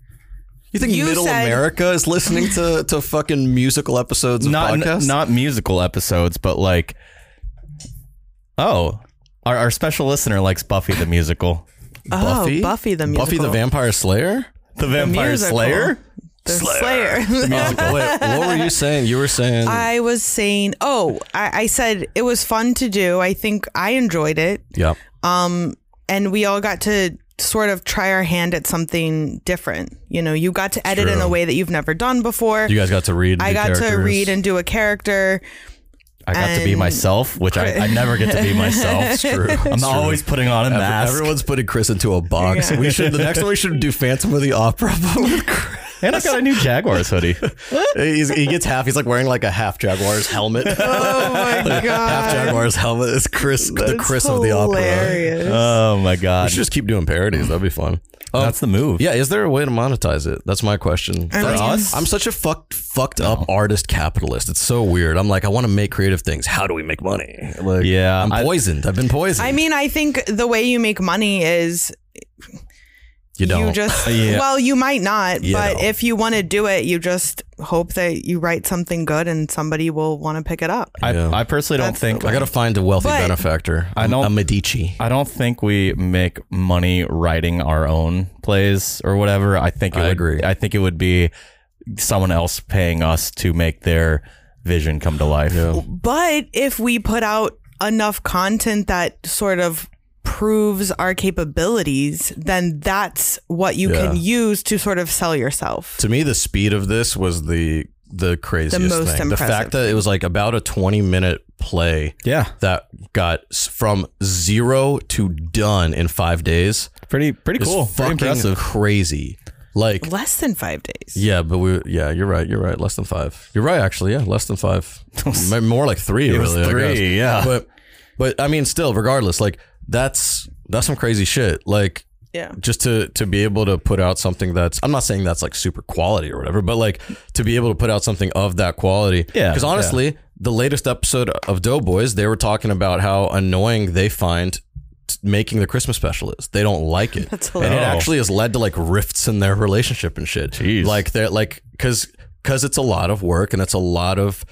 [SPEAKER 2] You think Middle
[SPEAKER 11] said-
[SPEAKER 2] America is listening to, to fucking musical episodes of
[SPEAKER 3] not
[SPEAKER 2] podcasts?
[SPEAKER 3] not musical episodes, but like oh, our, our special listener likes Buffy the musical.
[SPEAKER 11] Oh, Buffy? Buffy the
[SPEAKER 2] Buffy the
[SPEAKER 11] musical.
[SPEAKER 2] Vampire
[SPEAKER 11] (laughs)
[SPEAKER 2] Slayer.
[SPEAKER 3] The Vampire
[SPEAKER 11] musical.
[SPEAKER 3] Slayer.
[SPEAKER 11] the Slayer.
[SPEAKER 2] The
[SPEAKER 11] (laughs)
[SPEAKER 2] musical. Wait, what were you saying? You were saying
[SPEAKER 11] I was saying, oh, I, I said it was fun to do. I think I enjoyed it.
[SPEAKER 2] yeah.
[SPEAKER 11] Um, and we all got to sort of try our hand at something different. You know, you got to edit in
[SPEAKER 2] True.
[SPEAKER 11] a way that you've never done before.
[SPEAKER 2] You guys got to read.
[SPEAKER 11] I
[SPEAKER 2] new
[SPEAKER 11] got to
[SPEAKER 2] characters.
[SPEAKER 11] read and do
[SPEAKER 2] (laughs)
[SPEAKER 11] a character.
[SPEAKER 3] I got to be
[SPEAKER 11] And-
[SPEAKER 3] myself, which I, I never get to be
[SPEAKER 2] (laughs)
[SPEAKER 3] myself.
[SPEAKER 11] It's true.
[SPEAKER 3] I'm
[SPEAKER 2] It's true.
[SPEAKER 3] always putting on a
[SPEAKER 2] Ev-
[SPEAKER 3] mask.
[SPEAKER 2] Everyone's putting Chris into a box.
[SPEAKER 3] Yeah.
[SPEAKER 2] We should. The next one we should do Phantom of the Opera. with Chris.
[SPEAKER 3] and I got a new
[SPEAKER 2] (laughs)
[SPEAKER 3] Jaguars hoodie.
[SPEAKER 2] He's, he gets half. He's like wearing like a half Jaguars helmet.
[SPEAKER 11] (laughs) Oh my
[SPEAKER 2] Like, Half Jaguars helmet. It's Chris, the Chris of the
[SPEAKER 11] hilarious.
[SPEAKER 2] Opera.
[SPEAKER 3] Oh my god!
[SPEAKER 2] We should just keep doing parodies. That'd be fun.
[SPEAKER 3] That's the move.
[SPEAKER 2] Yeah, is there a way to monetize it? That's my question.
[SPEAKER 11] I
[SPEAKER 2] That's-
[SPEAKER 11] mean-
[SPEAKER 2] I'm such a fucked fucked up artist capitalist. It's so weird. I'm like, I want to make creative things. How do we make money? Like,
[SPEAKER 3] Yeah,
[SPEAKER 2] I'm
[SPEAKER 3] I-
[SPEAKER 2] poisoned. I've been poisoned.
[SPEAKER 11] I mean, I think the way you make money is
[SPEAKER 2] you don't.
[SPEAKER 3] (laughs)
[SPEAKER 11] you just
[SPEAKER 2] Yeah.
[SPEAKER 11] well, you might not,
[SPEAKER 2] You
[SPEAKER 11] but
[SPEAKER 2] don't.
[SPEAKER 11] if you want to do it, you just hope that you write something good and somebody will want to pick it up.
[SPEAKER 3] I, I personally don't think
[SPEAKER 2] I gotta find a wealthy
[SPEAKER 11] But-
[SPEAKER 2] benefactor.
[SPEAKER 3] I don't-
[SPEAKER 2] a Medici.
[SPEAKER 3] I don't think we make money writing our own plays or whatever. I think it
[SPEAKER 2] I
[SPEAKER 3] would,
[SPEAKER 2] agree.
[SPEAKER 3] I think it would be someone else paying us to make their vision come to life.
[SPEAKER 11] But if we put out enough content that sort of proves our capabilities, then that's what you can
[SPEAKER 2] Yeah.
[SPEAKER 11] use to sort of sell yourself.
[SPEAKER 2] To me, the speed of this was the the craziest
[SPEAKER 11] most
[SPEAKER 2] thing. The
[SPEAKER 11] impressive
[SPEAKER 2] fact that it was like about a twenty minute play.
[SPEAKER 3] Yeah.
[SPEAKER 2] That got s- from zero to done in five days.
[SPEAKER 3] Pretty pretty
[SPEAKER 2] is
[SPEAKER 3] cool. Pretty
[SPEAKER 2] Fucking
[SPEAKER 3] impressive.
[SPEAKER 2] Crazy. Like
[SPEAKER 11] Less than five days.
[SPEAKER 2] yeah, but we yeah you're right you're right less than five. You're right actually yeah less than
[SPEAKER 3] (laughs)
[SPEAKER 2] five. Maybe More like three.
[SPEAKER 3] It was
[SPEAKER 2] really, I
[SPEAKER 3] three,
[SPEAKER 2] guess.
[SPEAKER 3] yeah.
[SPEAKER 2] But but I mean still regardless like that's that's some crazy shit like.
[SPEAKER 11] Yeah.
[SPEAKER 2] just to to be able to put out something that's I'm not saying that's like super quality or whatever, but like to be able to put out something of that quality.
[SPEAKER 3] Yeah,
[SPEAKER 2] Because honestly, the latest episode of Doughboys, they were talking about how annoying they find t- making the Christmas special is. They don't like it,
[SPEAKER 11] (laughs) That's
[SPEAKER 2] and it
[SPEAKER 11] hilarious.
[SPEAKER 2] actually has led to like rifts in their relationship and shit.
[SPEAKER 3] Jeez.
[SPEAKER 2] Like they're like because because it's a lot of work and it's a lot of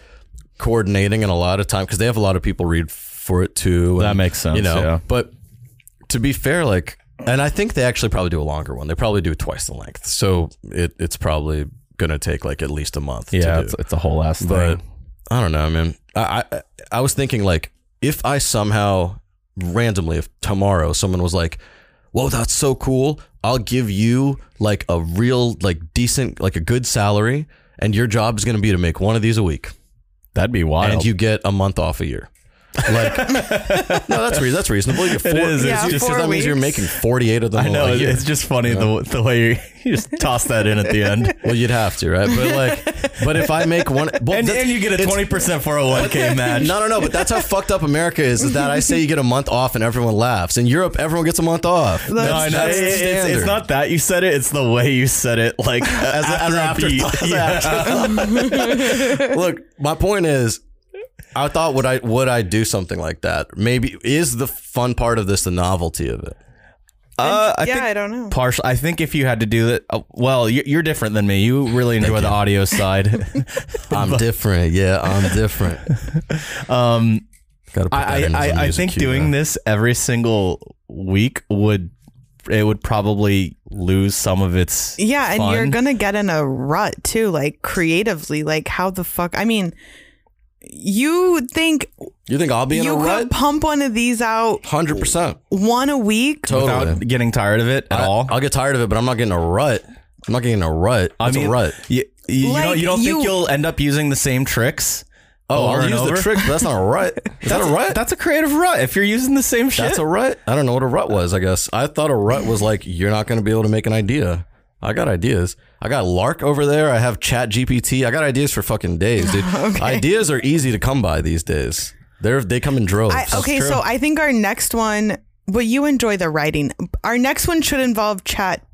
[SPEAKER 2] coordinating and a lot of time because they have a lot of people read for it too.
[SPEAKER 3] That
[SPEAKER 2] and,
[SPEAKER 3] makes sense,
[SPEAKER 2] You know,
[SPEAKER 3] yeah.
[SPEAKER 2] but to be fair, like, and I think they actually probably do a longer one. They probably do twice the length, so it it's probably gonna take like at least a month. to
[SPEAKER 3] Yeah,
[SPEAKER 2] do.
[SPEAKER 3] it's, it's a whole ass
[SPEAKER 2] but
[SPEAKER 3] thing.
[SPEAKER 2] I don't know, man. I, I I was thinking like if I somehow randomly if tomorrow someone was like, "Whoa, that's so cool! I'll give you like a real like decent like a good salary, and your job is gonna be to make one of these a week."
[SPEAKER 3] That'd be wild.
[SPEAKER 2] and you get a month off a year.
[SPEAKER 3] (laughs)
[SPEAKER 2] Like, no, that's re- that's reasonable. You get four,
[SPEAKER 3] It is, it's
[SPEAKER 2] Yeah,
[SPEAKER 3] just-
[SPEAKER 2] because that means you're making forty eight of them.
[SPEAKER 3] I know
[SPEAKER 2] a
[SPEAKER 3] it's,
[SPEAKER 2] year.
[SPEAKER 3] it's just funny the the way you, (laughs) you just toss that in at
[SPEAKER 2] (laughs)
[SPEAKER 3] the end.
[SPEAKER 2] well, you'd have to, right? But like, but if I make
[SPEAKER 3] (laughs)
[SPEAKER 2] one, well,
[SPEAKER 3] And,
[SPEAKER 2] that's-
[SPEAKER 3] and you get a
[SPEAKER 2] it's-
[SPEAKER 3] twenty percent four hundred one k match.
[SPEAKER 2] No, no, no. But that's how fucked up America is. Is that I say you get a month off and everyone laughs. In Europe, everyone gets a month off.
[SPEAKER 11] No,
[SPEAKER 3] No, I know.
[SPEAKER 2] That's the
[SPEAKER 3] It's- it's,
[SPEAKER 2] standard.
[SPEAKER 3] it's not that you said it; it's the way you said it. (laughs) Like as,
[SPEAKER 2] as an
[SPEAKER 3] after a beat.
[SPEAKER 2] afterthought. As an
[SPEAKER 3] Yeah.
[SPEAKER 11] (laughs)
[SPEAKER 2] Look, my point is, I thought would I would I do something like that? Maybe is the fun part of this the novelty of it?
[SPEAKER 3] Uh, I
[SPEAKER 11] yeah,
[SPEAKER 3] think
[SPEAKER 11] I don't know.
[SPEAKER 3] partial. I think if you had to do that, uh, well, you, you're different than me. You really enjoy the audio (laughs) side.
[SPEAKER 2] I'm different. Yeah, I'm different.
[SPEAKER 3] (laughs) um,
[SPEAKER 2] Got to put that
[SPEAKER 3] I,
[SPEAKER 2] in as a
[SPEAKER 3] I, I, I
[SPEAKER 2] music
[SPEAKER 3] think
[SPEAKER 2] cue,
[SPEAKER 3] doing
[SPEAKER 2] man.
[SPEAKER 3] this every single week would it would probably lose some of its
[SPEAKER 11] Yeah, and you're
[SPEAKER 3] fun.
[SPEAKER 11] gonna get in a rut too, like creatively. Like how the fuck? I mean, you think
[SPEAKER 2] You think I'll be in
[SPEAKER 11] you
[SPEAKER 2] a
[SPEAKER 11] could
[SPEAKER 2] rut?
[SPEAKER 11] pump one of these out
[SPEAKER 2] Hundred percent.
[SPEAKER 11] one a week?
[SPEAKER 2] Totally.
[SPEAKER 3] without getting tired of it at
[SPEAKER 2] I,
[SPEAKER 3] all.
[SPEAKER 2] I'll get tired of it, but I'm not getting a rut. I'm not getting a rut. What's a rut?
[SPEAKER 3] You, you,
[SPEAKER 11] Like,
[SPEAKER 3] don't, you don't think
[SPEAKER 11] you-
[SPEAKER 3] you'll end up using the same tricks?
[SPEAKER 2] Oh,
[SPEAKER 3] over
[SPEAKER 2] I'll
[SPEAKER 3] and
[SPEAKER 2] use
[SPEAKER 3] over?
[SPEAKER 2] the trick, but that's not a rut. Is that
[SPEAKER 3] That's
[SPEAKER 2] a rut?
[SPEAKER 3] That's a creative rut. If you're using the same shit,
[SPEAKER 2] That's a rut. I don't know what a rut was. I guess I thought a rut was like you're not going to be able to make an idea. I got ideas. I got Lark over there. I have Chat GPT. I got ideas for fucking days,
[SPEAKER 11] (laughs)
[SPEAKER 2] dude. Ideas are easy to come by these days. They're they come in droves.
[SPEAKER 11] I, okay,
[SPEAKER 2] It's true.
[SPEAKER 11] so I think our next one. Well, you enjoy the writing. Our next one should involve Chat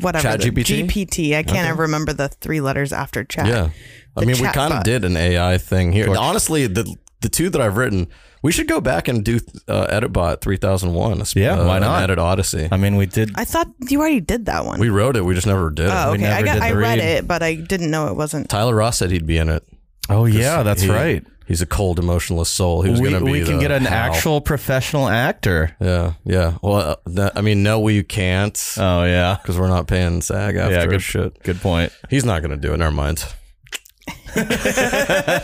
[SPEAKER 11] whatever the-
[SPEAKER 2] ChatGPT?
[SPEAKER 11] GPT. I can't
[SPEAKER 2] Okay.
[SPEAKER 11] ever remember the three letters after chat.
[SPEAKER 2] Yeah. I
[SPEAKER 11] The
[SPEAKER 2] mean, we
[SPEAKER 11] chat
[SPEAKER 2] kind of
[SPEAKER 11] bot.
[SPEAKER 2] did an AI thing here. Honestly, the the two that I've written, we should go back and do uh, EditBot 3001. Yeah,
[SPEAKER 3] why not?
[SPEAKER 2] uh, Edit Odyssey. I
[SPEAKER 3] mean, we did.
[SPEAKER 11] I thought you already did that one.
[SPEAKER 2] We wrote it. We just never did. it.
[SPEAKER 11] oh, okay. I, got, I read it, but I didn't know it wasn't.
[SPEAKER 2] Tyler Ross said he'd be in it.
[SPEAKER 3] Oh
[SPEAKER 11] yeah, that's
[SPEAKER 3] right.
[SPEAKER 2] He's a cold, emotionless soul. He was
[SPEAKER 3] we,
[SPEAKER 2] going to be.
[SPEAKER 3] we can
[SPEAKER 2] the
[SPEAKER 3] get an
[SPEAKER 2] Hal.
[SPEAKER 3] actual professional actor.
[SPEAKER 2] Yeah, yeah. Well, uh, that, I mean, no, we can't.
[SPEAKER 3] Oh yeah,
[SPEAKER 2] because we're not paying SAG after
[SPEAKER 3] Yeah, good-
[SPEAKER 2] shit.
[SPEAKER 3] Good point.
[SPEAKER 2] He's not going to do it. Never
[SPEAKER 3] (laughs)
[SPEAKER 2] mind.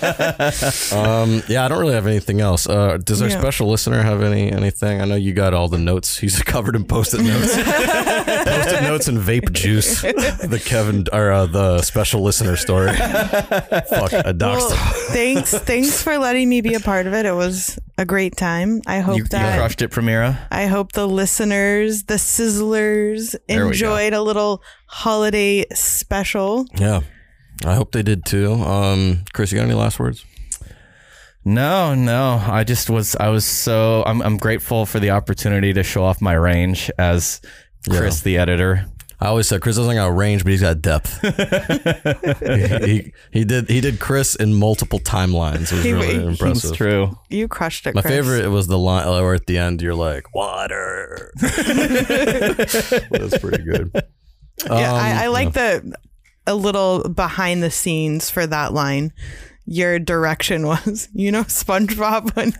[SPEAKER 2] um, yeah, I don't really have anything else. Uh, does our
[SPEAKER 11] Yeah.
[SPEAKER 2] special listener have any anything? I know you got all the notes. He's (laughs) covered in post-it
[SPEAKER 11] (laughs)
[SPEAKER 2] notes, post-it notes, and vape juice. The Kevin or uh, the special listener
[SPEAKER 11] (laughs)
[SPEAKER 2] story. Fuck a doc.
[SPEAKER 11] Well,
[SPEAKER 2] (laughs)
[SPEAKER 11] thanks, thanks for letting me be a part of it. It was a great time. I hope
[SPEAKER 3] You, you
[SPEAKER 11] that
[SPEAKER 3] crushed it, Premiera.
[SPEAKER 11] I hope the listeners, the sizzlers,
[SPEAKER 3] There we go.
[SPEAKER 11] enjoyed a little holiday special.
[SPEAKER 2] Yeah, I hope they did too. Um, Chris, you got any last words?
[SPEAKER 3] No, no. I just was. I was so. I'm. I'm grateful for the opportunity to show off my range as Chris, the editor.
[SPEAKER 2] I always said Chris doesn't got range, but he's got
[SPEAKER 11] (laughs)
[SPEAKER 2] depth. he, he did he did Chris in multiple timelines. It was
[SPEAKER 11] He-
[SPEAKER 2] really
[SPEAKER 11] he-
[SPEAKER 2] impressive.
[SPEAKER 11] That's (laughs)
[SPEAKER 3] true.
[SPEAKER 11] You crushed it.
[SPEAKER 2] My
[SPEAKER 11] Chris.
[SPEAKER 2] favorite was the line oh, or at the end. You're like
[SPEAKER 11] (laughs)
[SPEAKER 2] water. That's pretty good.
[SPEAKER 11] yeah,
[SPEAKER 2] Um,
[SPEAKER 11] I, I like
[SPEAKER 2] yeah.
[SPEAKER 11] the a little behind the scenes for that line. Your direction was, (laughs) you know, SpongeBob (laughs) when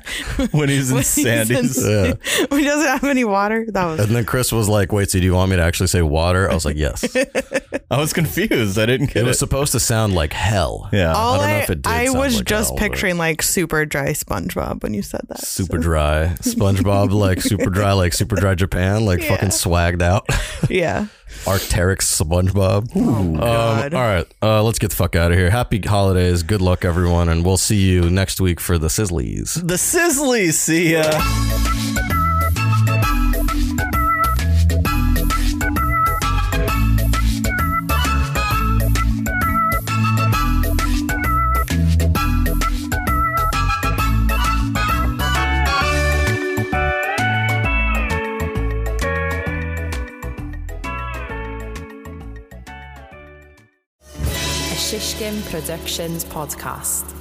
[SPEAKER 3] when he's
[SPEAKER 2] in Sandy's. Yeah.
[SPEAKER 11] when he doesn't have any water. That was
[SPEAKER 2] And then Chris was like, "Wait, so do you want me to actually say water?" I was like,
[SPEAKER 11] (laughs)
[SPEAKER 2] "Yes."
[SPEAKER 3] I was confused. I didn't get
[SPEAKER 2] it. was supposed to sound like hell.
[SPEAKER 3] Yeah,
[SPEAKER 11] all
[SPEAKER 2] I don't know
[SPEAKER 11] I,
[SPEAKER 2] if it did.
[SPEAKER 11] I
[SPEAKER 2] sound
[SPEAKER 11] was
[SPEAKER 2] like
[SPEAKER 11] just
[SPEAKER 2] hell, but-
[SPEAKER 11] picturing like super dry SpongeBob when you said that.
[SPEAKER 2] super dry SpongeBob, like super
[SPEAKER 11] (laughs)
[SPEAKER 2] dry, like super dry Japan, like
[SPEAKER 11] Yeah.
[SPEAKER 2] fucking swagged out.
[SPEAKER 11] Yeah.
[SPEAKER 2] Arcteric SpongeBob. Um,
[SPEAKER 11] Oh, God.
[SPEAKER 2] all right, uh, let's get the fuck out of here. Happy holidays. Good luck, everyone, and we'll see you next week for the Sizzlies.
[SPEAKER 3] The Sizzly. See ya.
[SPEAKER 1] A Shishkin Productions podcast.